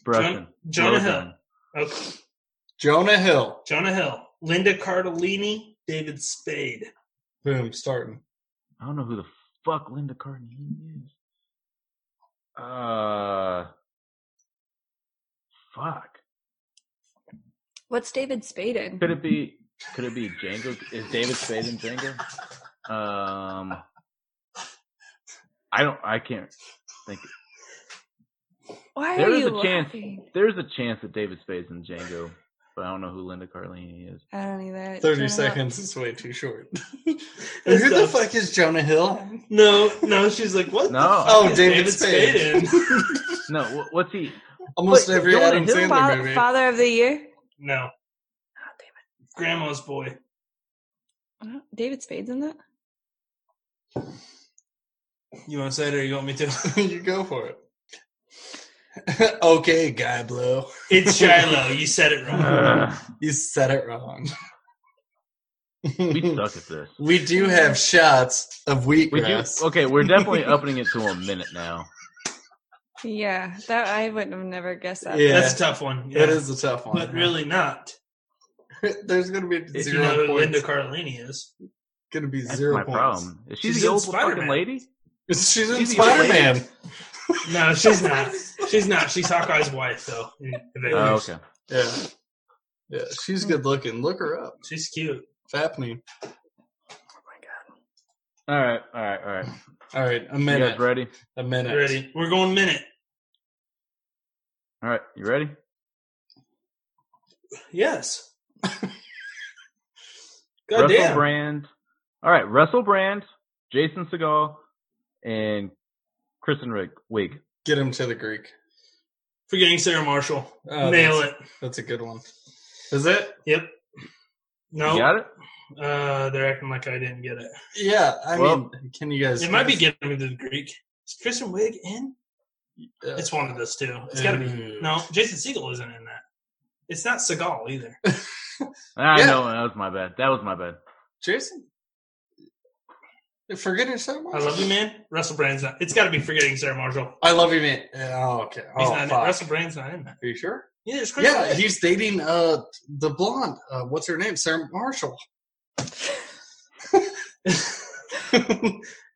Brushing. Jonah Well Hill. done. Okay. Jonah Hill. Jonah Hill. Linda Cardellini. David Spade. Boom, starting. I don't know who the fuck Linda Cardellini is. Uh, fuck. What's David Spade in? Could it be? Could it be Django? Is David Spade in Django? Um, I don't. I can't think. Why There are is you a chance. laughing? There's a chance that David Spade's in Django, but I don't know who Linda Cardellini is. I don't either. Jonah 30 Hill. seconds is way too short. and who the sucks. fuck is Jonah Hill? No, no, she's like, what? the No. fuck Oh, is David Spade. [LAUGHS] in? No, wh- what's he? Almost Wait, every Jonah Adam Hill? Sandler Fa- movie. Father of the Year? no. Ah, Oh, damn Grandma's boy. it. Uh, David Spade's in that? You want to say it or you want me to? [LAUGHS] you go for it. [LAUGHS] okay, Guy Blue. It's Shiloh. You said [LAUGHS] it wrong. Ugh, You said it wrong. we suck at this. [LAUGHS] We do have shots of We do. wheatgrass. Okay, we're definitely upping it to a minute now. Yeah, that I wouldn't have never guessed that. Yeah. That's a tough one. Yeah. That is a tough one. but really not. [LAUGHS] there's gonna be If zero you know who points. Linda Cardellini is. gonna be That's zero my points. problem. Is she She's the in old Spider-Man. fucking lady? [LAUGHS] She's in She's Spider Man. No, she's not. She's not. She's Hawkeye's wife, though. Mm, in Oh, Avengers. okay. Yeah, yeah. She's good looking. Look her up. She's cute. It's happening. All right, all right, all right. All right, a You minute. guys ready? A minute. Ready? We're going minute. All right, you ready? Yes. [LAUGHS] God Russell damn. Brand. All right, Russell Brand, Jason Segal, and Kristen Rick Wig. Get him to the Greek. Forgetting Sarah Marshall. Oh, Nail that's- it. That's a good one. Is it? Yep. No. You got it? Uh, they're acting like I didn't get it. Yeah. I Well- mean, can you guys? It might be getting me to the Greek. Is Kristen Wiig in? Uh, It's one of those two. It's got to be. uh, No, Jason Segel isn't in that. It's not Segal either. I Yeah. know Ah, that was my bad. That was my bad. Jason. Forgetting Sarah I Marshall. love you, man. Russell Brand's not. It's got to be forgetting Sarah Marshall. I love you, man. Oh, okay. He's Oh, not in it. fuck. Russell Brand's not in that. Are you sure? Yeah, it's Kristen Yeah, Wiig. he's dating uh the blonde. Uh, what's her name? Sarah Marshall. [LAUGHS]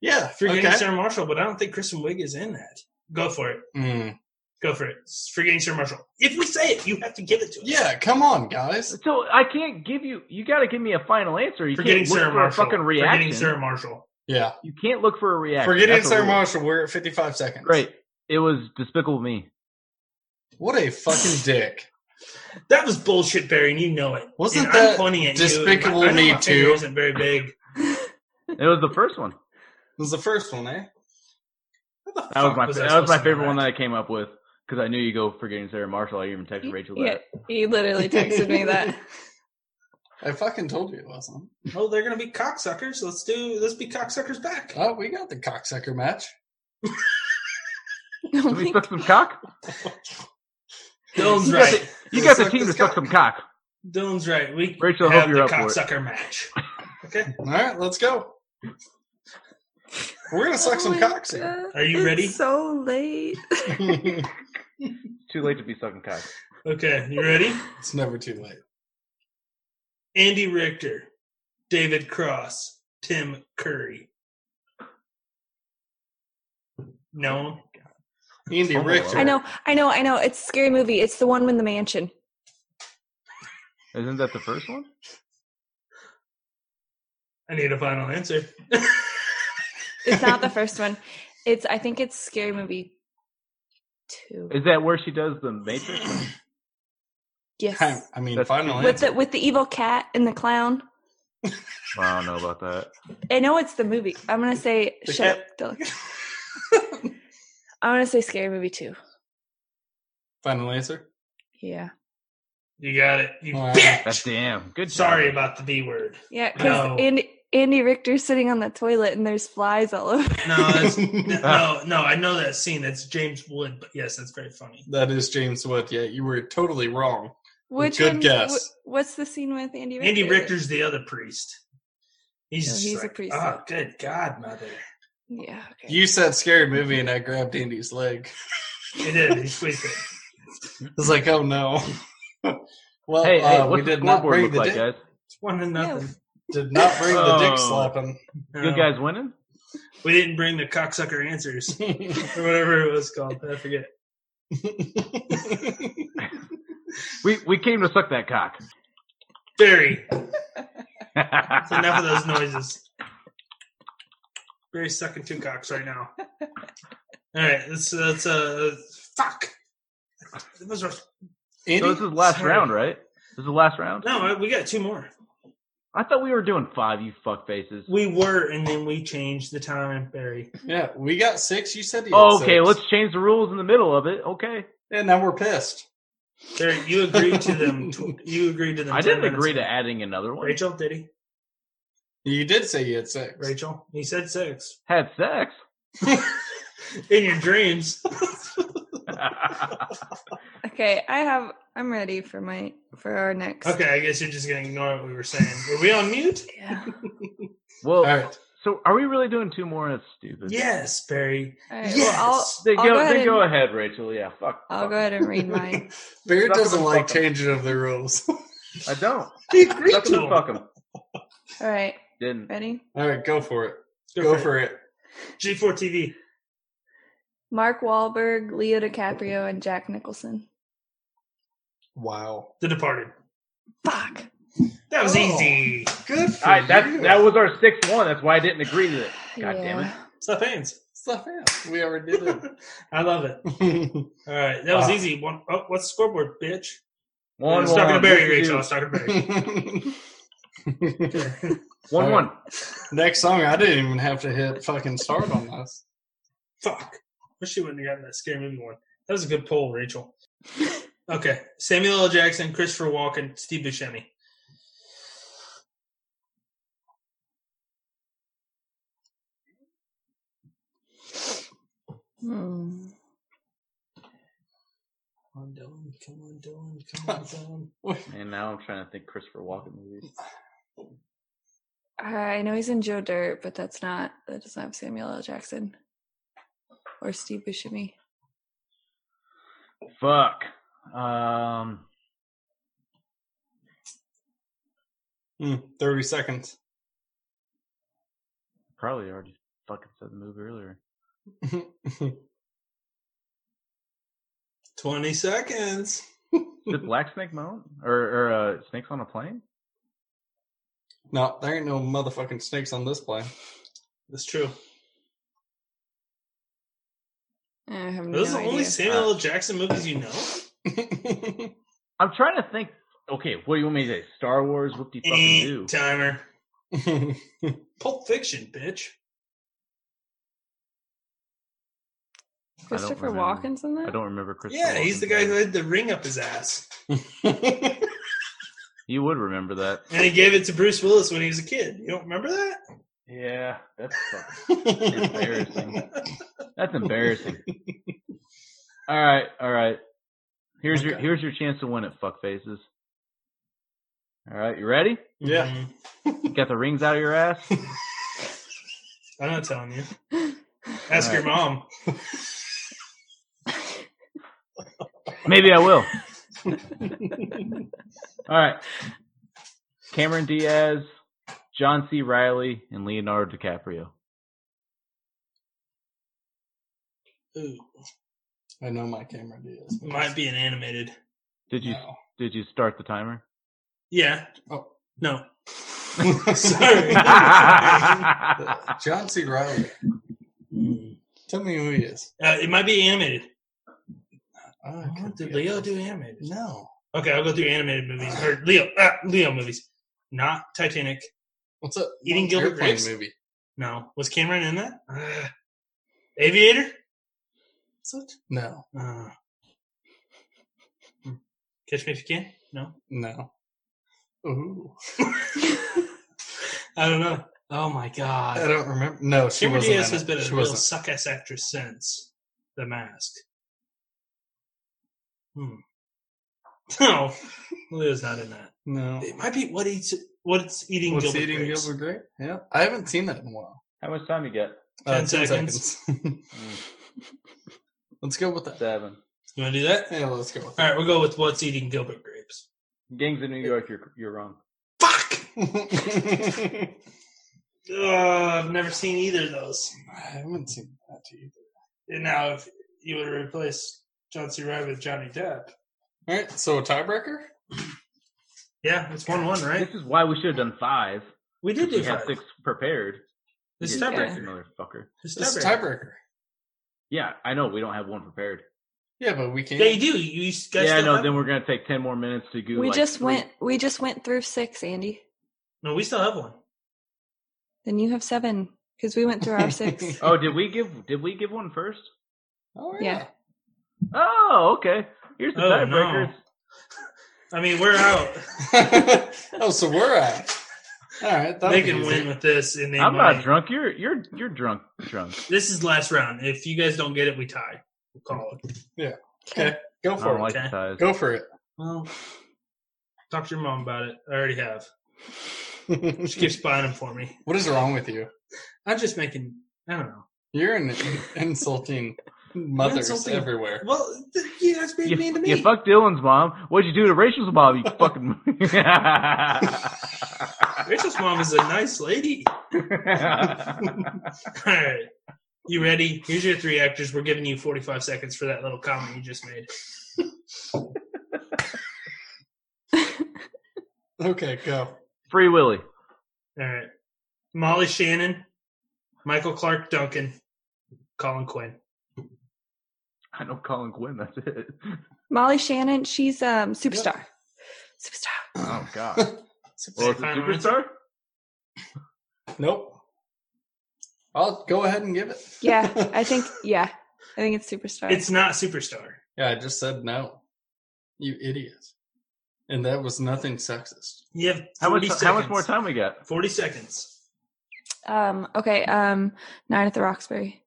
yeah. forgetting okay. Sarah Marshall, but I don't think Kristen Wiig is in that. Go for it. Hmm. Mm. Go for it. It's forgetting Sarah Marshall. If we say it, you have to give it to us. Yeah. Come on, guys. So I can't give you. You got to give me a final answer. You Forgetting can't look Sarah for a Marshall. fucking Forgetting reaction. Sarah Marshall. Yeah. You can't look for a reaction. Forgetting That's a Sarah rule. Marshall. We're at fifty-five seconds. Great. It was Despicable Me. What a fucking dick. That was bullshit, Barry, and you know it. Wasn't and that I'm pointing at Despicable you. and my- I know Me my finger too? Isn't very big. It was the [LAUGHS] first one. It was the first one, eh? What the That was fuck my was I that was my supposed to know favorite one that? that I came up with because I knew you go forgetting Sarah Marshall. I even texted Rachel Yeah, that. he literally texted [LAUGHS] me that. [LAUGHS] I fucking told you it wasn't. Oh, they're gonna be cocksuckers. Let's do. Let's be cocksuckers back. Oh, we got the cocksucker match. Oh Can we [LAUGHS] my suck some cock? Dylan's You got right. You Let's got the suck team to this suck cock. some cock. Dylan's right. We Rachel, I hope have the you're up for it. cocksucker match. Okay. All right, let's go. We're gonna suck Oh some my cocks here. God, Are you it's ready? So late. [LAUGHS] [LAUGHS] it's Too late to be sucking cock. Okay. You ready? never too late. Andy Richter, David Cross, Tim Curry. No. Andy Home Richter. Alone. I know, I know, I know. It's a scary movie. It's the one with the mansion. Isn't that the first one? I need a final answer. It's not the first one. It's I think it's scary movie two. Is that where she does the Matrix? Yes. I mean, That's- final With answer. the with the evil cat and the clown. I don't know about that. I know it's the movie. I'm gonna say The shut up, Dylan. [LAUGHS] I'm gonna say scary movie two. Final answer. [LAUGHS] Yeah. you got it. You Wow. That's bitch. damn good. job. Sorry about the B word. Yeah, because No. Andy Andy Richter's sitting on the toilet and there's flies all [LAUGHS] over. No, that's, Ah. no, no. I know that scene. That's James Wood. But yes, that's very funny. That is James Wood. Yeah, you were totally wrong. Which Good one- guess. wh- what's the scene with Andy Richter? Andy Richter's the other priest. He's, No, just he's a like, priest. Oh, good God, mother! Yeah. Okay. You said scary movie, and I grabbed Andy's leg. [LAUGHS] He did. He squeezed it. I was like, oh no. [LAUGHS] well, Hey, hey, uh, we what's the did not scoreboard bring look the like, dick. guys? It's one to nothing. Did not bring the dick Oh. slapping. No. Good guys winning. We didn't bring the cocksucker answers [LAUGHS] Oh. or whatever it was called. I forget. We we came to suck that cock. Barry. That's enough of [LAUGHS] those noises. Barry's sucking two cocks right now. All right, let's let's uh fuck. Those are- [LAUGHS] So Andy, this is last Sorry. round, right? This is the last round. no, we got two more. I thought we were doing five. You fuck faces. We were, and then we changed the time, Barry. yeah, we got six. You said you had Oh, okay, let let's change the rules in the middle of it. Okay. And now we're pissed. Barry, you agreed to [LAUGHS] them. Tw- you agreed to them. I 10 didn't minutes agree ago. to adding another one. Rachel. Did he? You did say you had six. Rachel, he said six Had sex. [LAUGHS] in your dreams. Okay, I have. I'm ready for my for our next. Okay, I guess you're just gonna ignore what we were saying. Were we on mute? Yeah. well, All right. so are we really doing two more? That's stupid. Yes, Barry. All [LAUGHS] right. Yes. Well, They I'll, go. I'll go ahead they and, go ahead, Rachel. Yeah. Fuck. I'll fuck. go ahead [LAUGHS] and read mine. Barrett Suck 'em doesn't and like fuck 'em. changing of the [LAUGHS] rules. [LAUGHS] I don't. He agreed Suck 'em and fuck 'em. All right. Didn't. Ready? All right, go for it. Go for it. G4 TV. Mark Wahlberg, Leo DiCaprio, and Jack Nicholson. Wow. The Departed. Fuck. That was Oh. easy. Good for All right. you. That that was our sixth one. That's why I didn't agree to it. God damn it. Stuff hands. Stuff out. We already did I love it. it. All right, that was Wow. easy. One, oh, what's the scoreboard, bitch? I One was talking to one. Barry, Listen to Rachel. I was talking to [LAUGHS] Barry. [LAUGHS] One All one. [LAUGHS] Next song, I didn't even have to hit fucking start on this. Fuck. Wish she wouldn't have gotten that scary movie one. That was a good poll, Rachel. Okay, Samuel L. Jackson, Christopher Walken, Steve Buscemi. Hmm. Come on, Dylan. Come on, Dylan. Come on, Dylan. And now I'm trying to think Christopher Walken movies. Uh, I know he's in Joe Dirt, but that's not. That doesn't have Samuel L. Jackson or Steve Buscemi. Fuck. Um. Hmm, 30 seconds. Probably already fucking said the movie earlier. 20 seconds. Is it Black Snake Mountain or, or uh, Snakes on a Plane? No, there ain't no motherfucking snakes on this plane. [LAUGHS] That's true. I have Are no those the idea. only Samuel L. Jackson movies you know? I'm trying to think. Okay, what do you want me to say? Star Wars? Whoop de fucking do. Timer. Pulp Fiction, bitch. Christopher remember. Walken's in that. I don't remember Christopher. Yeah, he's the Walken's guy name. who had the ring up his ass. You would remember that. And he gave it to Bruce Willis when he was a kid. You don't remember that? Yeah, that's fucking, Embarrassing. that's embarrassing. all right, all right. Here's your Okay. here's your chance to win it, fuck faces. All right, you ready? Yeah. Mhm. You got the rings out of your ass. I'm not telling you. Ask your Alright. mom. Maybe I will. All right. Cameron Diaz, John C. Riley, and Leonardo DiCaprio. Ooh. [LAUGHS] I know my camera is. It might be an animated. Did you No. [LAUGHS] did you start the timer? Yeah. Oh. No. Sorry. I John C. Riley. Tell me who he is. Uh, it might be animated. Oh, it Oh, could did be a Leo person. do animated? No. Okay, I'll go do animated movies. Or Leo, uh, Leo movies. Not Titanic. What's up? Eating Gilbert airplane Grapes? movie. No. Was Cameron in that? Uh, Aviator? Is it? No. Uh, Hmm. Catch Me If You Can? No. No. Ooh. I don't know. Oh my I god. don't remember. No, Uh, she Cameron wasn't. Diaz in has it. been a she real wasn't. suck ass actress since The Mask. Hmm. [LAUGHS] No, Leo's not in that. No. It might be what eats what's eating What's Gilbert eating Grapes. Gilbert Grape? Yeah. I haven't seen that in a while. How much time you get? Mm, Uh, 10 seconds. seconds. [LAUGHS] let's go with that. Seven. You want to do that? Yeah, let's go with All that. right, we'll go with what's eating Gilbert Grapes. Gangs in New York, you're you're wrong. [LAUGHS] Fuck! I Ugh, I've never seen either of those. haven't seen that either. And now, if you would replace John C. Riley with Johnny Depp, All right, so a tiebreaker? yeah, it's one-one, right? This is why we should have done five. We did do we had five. six prepared. This is You tiebreaker. motherfucker. This This is is a tiebreaker. tiebreaker. Yeah, I know we don't have one prepared. Yeah, but we can't. Yeah, you do. You guys yeah, still no. have- Then we're gonna take ten more minutes to go. we like, just three- went. We just went through six, Andy. No, we still have one. Then you have seven because we went through our [LAUGHS] six. Oh, did we give? Did we give one first? Oh, Yeah. Oh, okay. Here's the Oh, tiebreakers. no. I mean, we're out. [LAUGHS] oh, so we're at. All right, that'll they be can easy. win with this, and they I'm might. not drunk. You're you're you're drunk. Drunk. This is last round. If you guys don't get it, we tie. We'll call it. Okay, go I for don't it. like okay. the ties. Go for Well, talk to your mom about it. I already have. She it. [LAUGHS] [LAUGHS] keeps buying them for me. what is wrong with you? I'm just making. I don't know. You're an insulting mothers insulting- everywhere. Well, th- you guys being You, mean to me. you fucked Dylan's mom. What'd you do to Rachel's mom? You fucking. [LAUGHS] Rachel's mom is a nice lady. All right. You ready? Here's your three actors. We're giving you 45 seconds for that little comment you just made. Okay, go. Free Willy. All right. Molly Shannon, Michael Clark Duncan, Colin Quinn. I know Colin Quinn. That's it. Molly Shannon, she's um superstar. Superstar. Oh God. Well, it's a Final answer? superstar. Nope. I'll go ahead and give it. [LAUGHS] Yeah, I [LAUGHS] think yeah. I think it's superstar. It's not superstar. yeah, I just said no. You idiot. And that was nothing sexist. [LAUGHS] You have 40 How much? seconds. How much more time we got? [LAUGHS] 40 seconds. um okay, um nine at the Roxbury.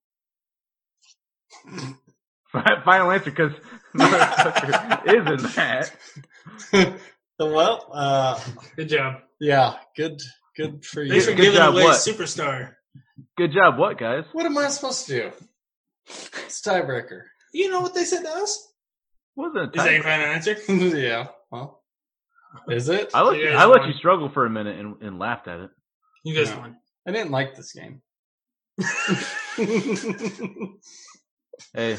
Final answer, because [LAUGHS] motherfucker isn't that. well, uh, Good job. yeah, good, good for you. Thanks for Good giving job, away what? superstar. Good job, what guys? What am I supposed to do? It's a tiebreaker. [LAUGHS] You know what they said to us? Wasn't Is that it? your final answer? [LAUGHS] yeah. Well, is it? I let You you, guys I let won. you struggle for a minute and, and laughed at it. You guys No. won. I didn't like this [LAUGHS] game. Hey,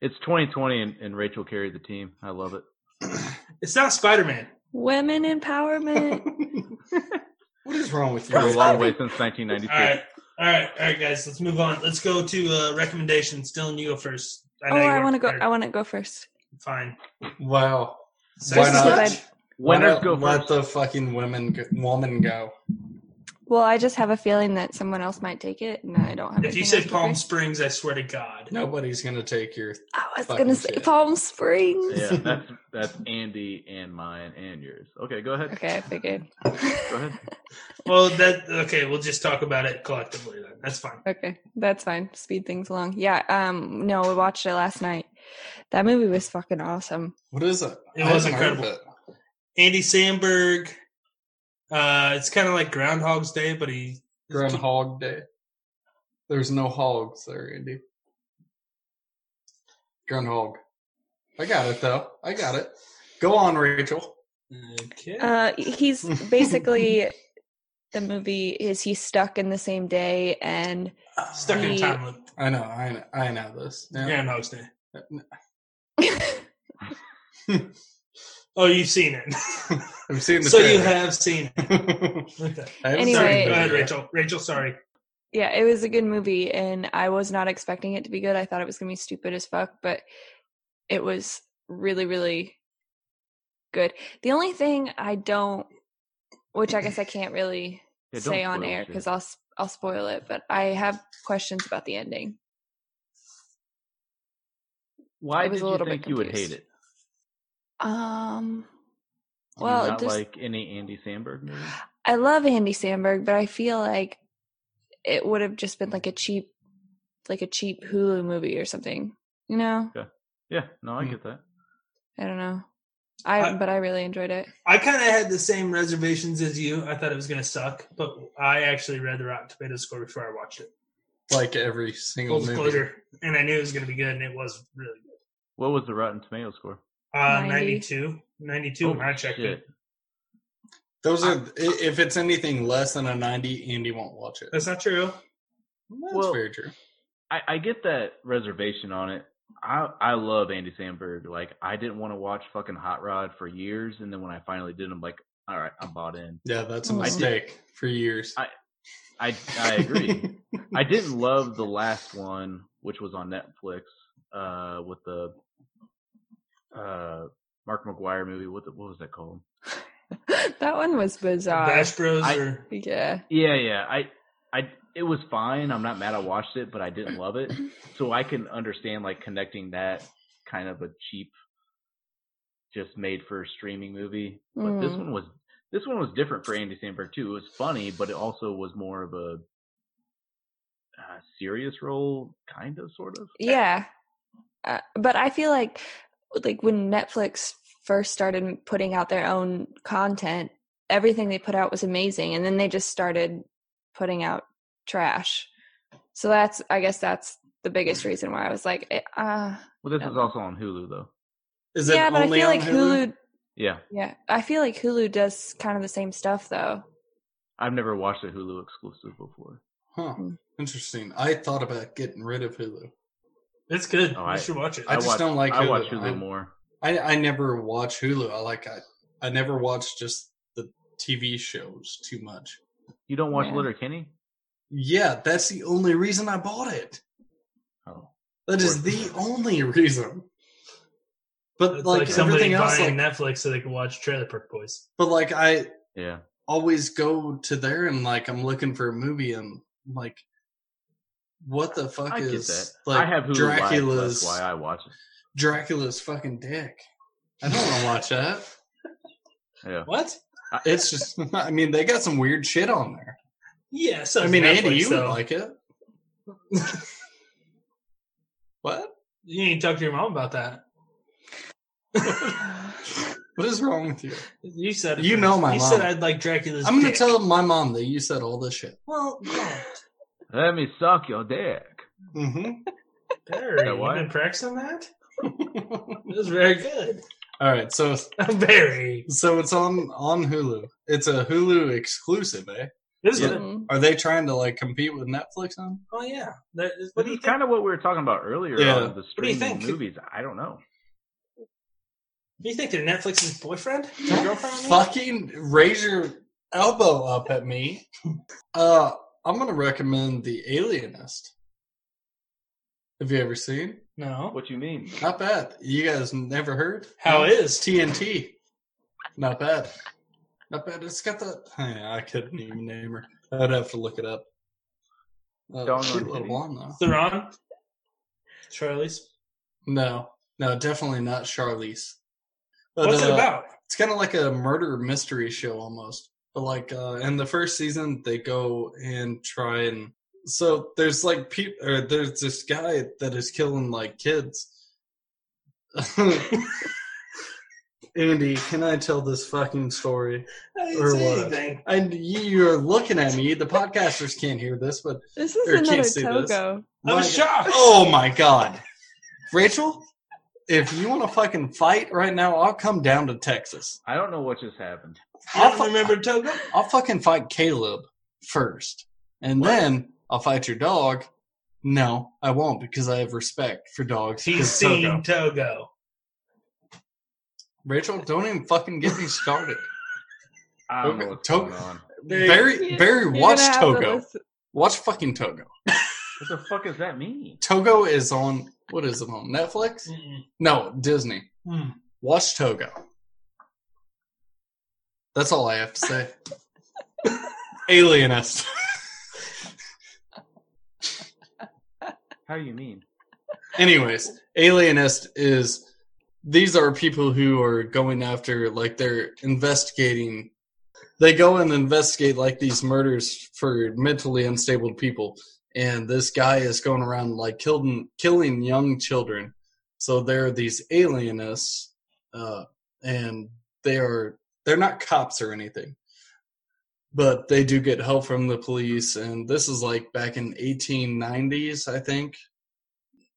it's 2020 and, and Rachel carried the team. I love it. It's not Spider Man. Women [LAUGHS] empowerment. what is wrong with you? Come a Rachel? long way since All right. 1992. All right. All right, guys. Let's move on. Let's go to uh, recommendations. Dylan, you go first. oh, know you I weren't wanna go prepared. I wanna go first. Fine. Wow. Sex not? much? Because Why Winners not go let first. the fucking women go, woman go? Well, I just have a feeling that someone else might take it and I don't have If anything you else said to Palm prepare. Springs, I swear to God. Nobody's gonna take your. I was Fucking gonna say shit. Palm Springs. Yeah, that's that's Andy and mine and yours. Okay, go ahead. Okay, I figured. Go ahead. Well, that okay. We'll just talk about it collectively then. That's fine. Okay, that's fine. Speed things along. Yeah. Um. No, we watched it last night. That movie was fucking awesome. What is it? It I was haven't heard of incredible. Andy Samberg. Uh, it's kind of like Groundhog's Day, but he it. Groundhog Day. There's no hogs there, Andy. Groundhog. I got it though. I got it. Go on, Rachel. okay. Uh. He's basically the movie is he's stuck in the same day and [LAUGHS] stuck in a he- time loop. I know. I know. I know this. Yeah. Groundhog's Day. Oh, you've seen it. I'm seeing the so you trailer. have seen it. Okay. [LAUGHS] I haven't Anyway. Sorry. seen Go the ahead, movie yet. Rachel. Rachel, sorry. yeah, it was a good movie, and I was not expecting it to be good. I thought it was gonna be stupid as fuck, but it was really, really good. The only thing I don't, which I guess I can't really Yeah, don't say on spoil air shit. because I'll s- I'll spoil it, but I have questions about the ending. Why I was a did you little bit think you would hate confused. it? Um, Do Well, you it not just- like any Andy Samberg movie? [SIGHS] I love Andy Samberg, but I feel like it would have just been like a cheap, like a cheap Hulu movie or something. You know, Yeah, no, I Hmm. get that. I don't know. I, I- but I really enjoyed it. [LAUGHS] I kind of had the same reservations as you. I thought it was going to suck, but I actually read the Rotten Tomatoes score before I watched it. like every single Full movie. disclosure. And I knew it was going to be good, and it was really good. What was the Rotten Tomato score? Uh, 90. 92. 92 when Holy I checked it. shit. Those are i- if it's anything less than a ninety, Andy won't watch it. That's not true. That's Well- very true. I, I get that reservation on it. I I love Andy Samberg. Like I didn't want to watch fucking Hot Rod for years, and then when I finally did, I'm like, all right, I'm bought in. Yeah, that's a I did- mistake for years. I- I [LAUGHS] I agree. I didn't love the last one, which was on Netflix, uh, with the uh Mark McGuire movie. What the, what was that called? that one was bizarre. Bash Bros I- or yeah. Yeah, yeah. I I it was fine. I'm not mad. I watched it, but I didn't love it. So I can understand like connecting that kind of a cheap, just made for streaming movie. But this Mhm. one was this one was different for Andy Samberg too. It was funny, but it also was more of a uh, serious role, kind of, sort of. Yeah. Uh, but I feel like like when Netflix first started putting out their own content, everything they put out was amazing and then they just started putting out trash. So that's I guess that's the biggest reason why I was like eh, uh Well, this Yeah. is also on Hulu though. Is it yeah, but I only feel on like Hulu? Yeah, yeah, I feel like Hulu does kind of the same stuff though. I've never watched a Hulu exclusive before. Huh. Hmm. Interesting. I thought about getting rid of Hulu. it's good. Oh, you I- should watch it. I just watch, don't like I Hulu. watch Hulu I'm- more. I, I never watch Hulu. I like I, I never watch just the TV shows too much. You don't watch Yeah. Litter Kenny? Yeah, that's the only reason I bought it. Oh, That is the only [LAUGHS] reason. But it's like, like, somebody everything buying else, like, Netflix so they can watch Trailer Park Boys. but like I yeah. always go to there and like I'm looking for a movie and like, what the fuck I get that. is like I have Hulu Live. Dracula's That's why I watch it. Dracula's fucking dick? I don't want to watch that. Yeah. What? It's just, [LAUGHS] I mean, they got some weird shit on there. Yeah. So I does mean, Netflix, Andy, you would though. like [LAUGHS] it. what? You need to talk to your mom about that. [LAUGHS] What is wrong with you? You said it You first. know my You mom. said I'd like Dracula's. I'm gonna dick. tell my mom that you said all this shit. Well, no. Let me suck your dick. [LAUGHS] Mm-hmm. Barry, That you what? been practicing that? It was very good. all right, so [LAUGHS] Barry. so it's on on Hulu. It's a Hulu exclusive, eh? This is Yeah. good. Mm. Are they trying to like compete with Netflix on? Oh, yeah. That is, But what do you it's think? kind of what we were talking about earlier Yeah. on the do you streaming think? movies. I don't know. do you think? They're Netflix's boyfriend? Don't Girlfriend? fucking raise your elbow up at [LAUGHS] me. Uh, I'm gonna recommend The Alienist. Have you ever seen? No. What you mean? Not bad. You guys never heard? How No. is? TNT. Not bad. Not bad. It's got the. Yeah, I couldn't even name her. I'd have to look it up. Uh, Dong cute on little titties? blonde though. Theron? Charlie's? No, no, definitely not Charlize. But, What's it uh, about? It's kind of like a murder mystery show almost. But like uh, in the first season, they go and try and so there's like peop or there's this guy that is killing like kids. [LAUGHS] Andy, can I tell this fucking story? I didn't or say what? anything. And you- you're looking at me. The podcasters can't hear this, but This is Or can't another see this. Togo. I was shocked. Oh my god, Rachel, if you want to fucking fight right now, I'll come down to Texas. I don't know what just happened. You I'll, don't fu- remember [LAUGHS] Togo? I'll fucking fight Caleb first, and then I'll fight your dog, No, I won't because I have respect for dogs. She's 'Cause seen Togo. Togo. Rachel, don't even fucking get me started. I don't know Okay, what's Toby- going on. Barry, You- Barry, you're gonna watch have to Togo. listen- Watch fucking Togo. What the fuck does that mean? Togo is on what is it on Netflix? Mm-mm. No, Disney. Mm. Watch Togo. That's all I have to say. Alienist. How do you mean? Anyways, alienist is these are people who are going after like they're investigating they go and investigate like these murders for mentally unstable people and this guy is going around like killing killing young children so there are these alienists uh, and they are they're not cops or anything but they do get help from the police and this is like back in 1890s i think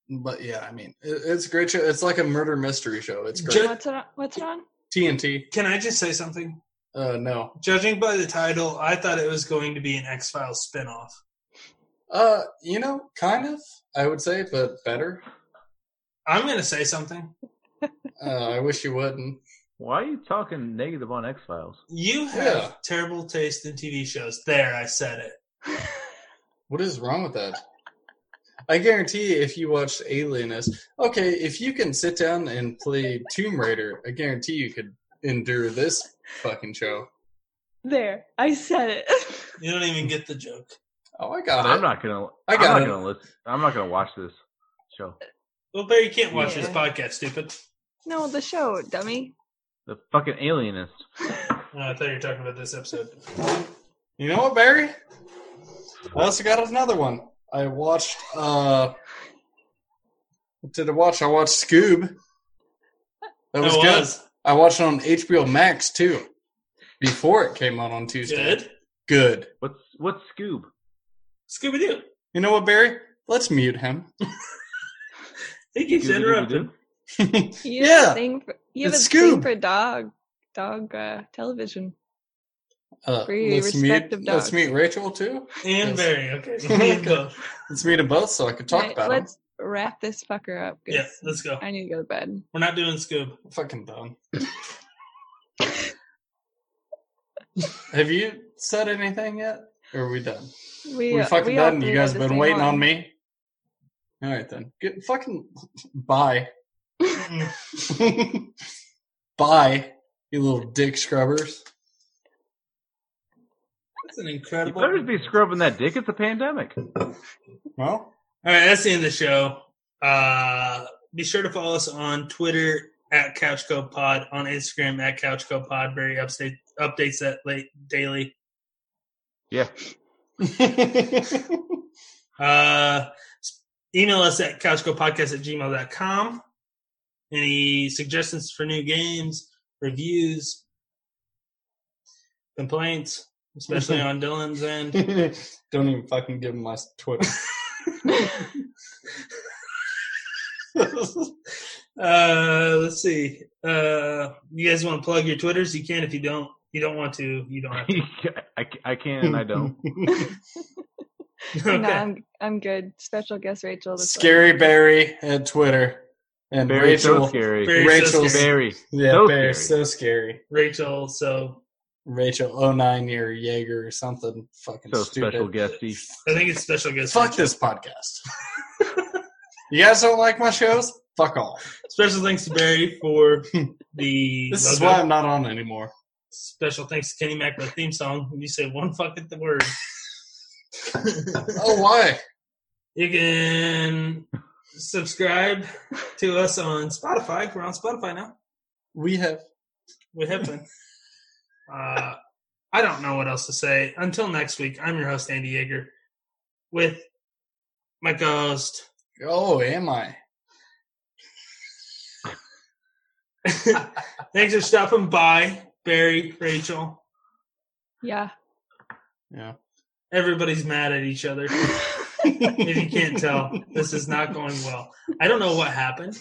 but yeah i mean it, it's a great show it's like a murder mystery show it's great Ju- What's it on? What's it [LAUGHS] on? tnt Can I just say something? uh no Judging by the title, I thought it was going to be an X Files spinoff. uh you know kind of i would say but better I'm going to say something. uh, i wish you wouldn't Why are you talking negative on X Files? You have Yeah. terrible taste in TV shows. There, I said it. What is wrong with that? I guarantee if you watched Alienist, okay, if you can sit down and play Tomb Raider, I guarantee you could endure this fucking show. There, I said it. [LAUGHS] You don't even get the joke. Oh, I got it. I'm not gonna. I I got am it. not gonna listen. I'm not gonna watch this show. Well, Barry, you can't watch Yeah. this podcast, stupid. no, the show, dummy. The fucking alienist. Oh, I thought you were talking about this episode. You know what, Barry? I also got another one. I watched. uh What did I watch? I watched Scoob. That was, It good. was. I watched it on HBO Max too. Before it came out on Tuesday. Good. Good. What's what's Scoob? Scooby Doo. You know what, Barry? Let's mute him. [LAUGHS] He keeps interrupting. Scooby-Doo? Uh, You have Yeah. a thing for, you have It's a thing Scoob. for dog, dog uh, television. Uh, For your let's meet. respective Let's dogs. meet Rachel too. And Yes. Barry. Okay. [LAUGHS] So we go. Let's meet them both so I could talk Right, about them. let's wrap this fucker up. 'cause Yeah, let's go. I need to go to bed. We're not doing Scoob. Fucking dumb. [LAUGHS] Have you said anything yet? Or are we done? We, we uh, fucking we all done. three You have guys the have been same waiting on one. me. All right then. Get fucking [LAUGHS] bye. [LAUGHS] Mm-mm. bye. You little dick scrubbers. That's an You incredible. better be scrubbing that dick. It's a pandemic. [LAUGHS] [LAUGHS] Well, All right, that's the end of the show. Uh, be sure to follow us on Twitter at CouchCoPod, on Instagram at CouchCoPod. Barry upstate, updates that late daily. Yeah. Uh, s- email us at couchcopodcast at gmail.com. Any suggestions for new games, reviews, complaints, [LAUGHS] especially on Dylan's end? [LAUGHS] don't even fucking give him my Twitter. uh, let's see. Uh, you guys want to plug your Twitters? You can if you don't. You don't want to. You don't have [LAUGHS] to. I, ca- I can and I don't. [LAUGHS] okay. [LAUGHS] No, I'm I'm good. Special guest Rachel. this one. Scary Barry at Twitter and Barry Rachel. so scary. Barry Rachel's- so scary. Barry. Yeah, So Barry, scary. so scary. Rachel. So Rachel 09 or Jaeger or something fucking So stupid. special guesty. I think it's special guest. Fuck this podcast. [LAUGHS] you guys don't like my shows? Fuck off. Special thanks to Barry [LAUGHS] for the. This is logo. why I'm not on anymore. Special thanks to Kenny Mack for the theme song. You say one fucking word. Oh, why? You can subscribe to us on Spotify. We're on Spotify now. We have. We have been. Uh, I don't know what else to say. Until next week, I'm your host, Andy Yeager, with my ghost. Oh, am I? [LAUGHS] Thanks for stopping by, Barry, Rachel. [LAUGHS] Yeah. Yeah. Everybody's mad at each other. if you can't tell, this is not going well. I don't know what happened.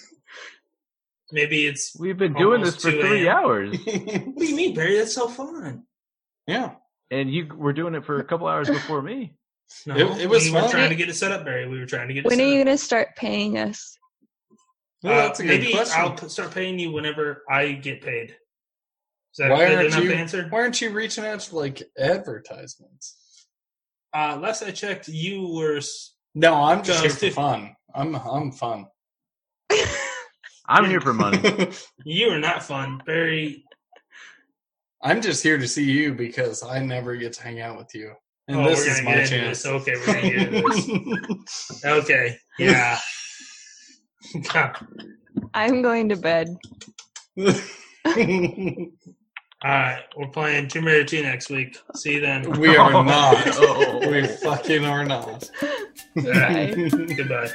Maybe it's. We've been doing Almost this 2 for three a.m. hours, What do you mean, Barry? That's so fun. [LAUGHS] yeah. and you were doing it for a couple hours before me. No, It- it was we were fun. trying to get it set up, Barry. We were trying to get it When are set you up. gonna start paying us? [LAUGHS] Well, that's a Uh, good maybe question. I'll p- start paying you whenever I get paid. Is that Why a good aren't enough you- answer? Why aren't you reaching out to like advertisements? Uh, last I checked, you were. s- No, I'm just Go here to- for fun. I'm I'm fun. [LAUGHS] I'm here for money. You are not fun, Barry. I'm just here to see you because I never get to hang out with you, and oh, this we're is gonna my get into this. chance. Okay, we're gonna get into [LAUGHS] this. Okay, yeah. [LAUGHS] I'm going to bed. All right, we're playing Tomb Raider 2 next week. See you then. [LAUGHS] [LAUGHS] we are Oh, not. no. We fucking are not. Goodbye.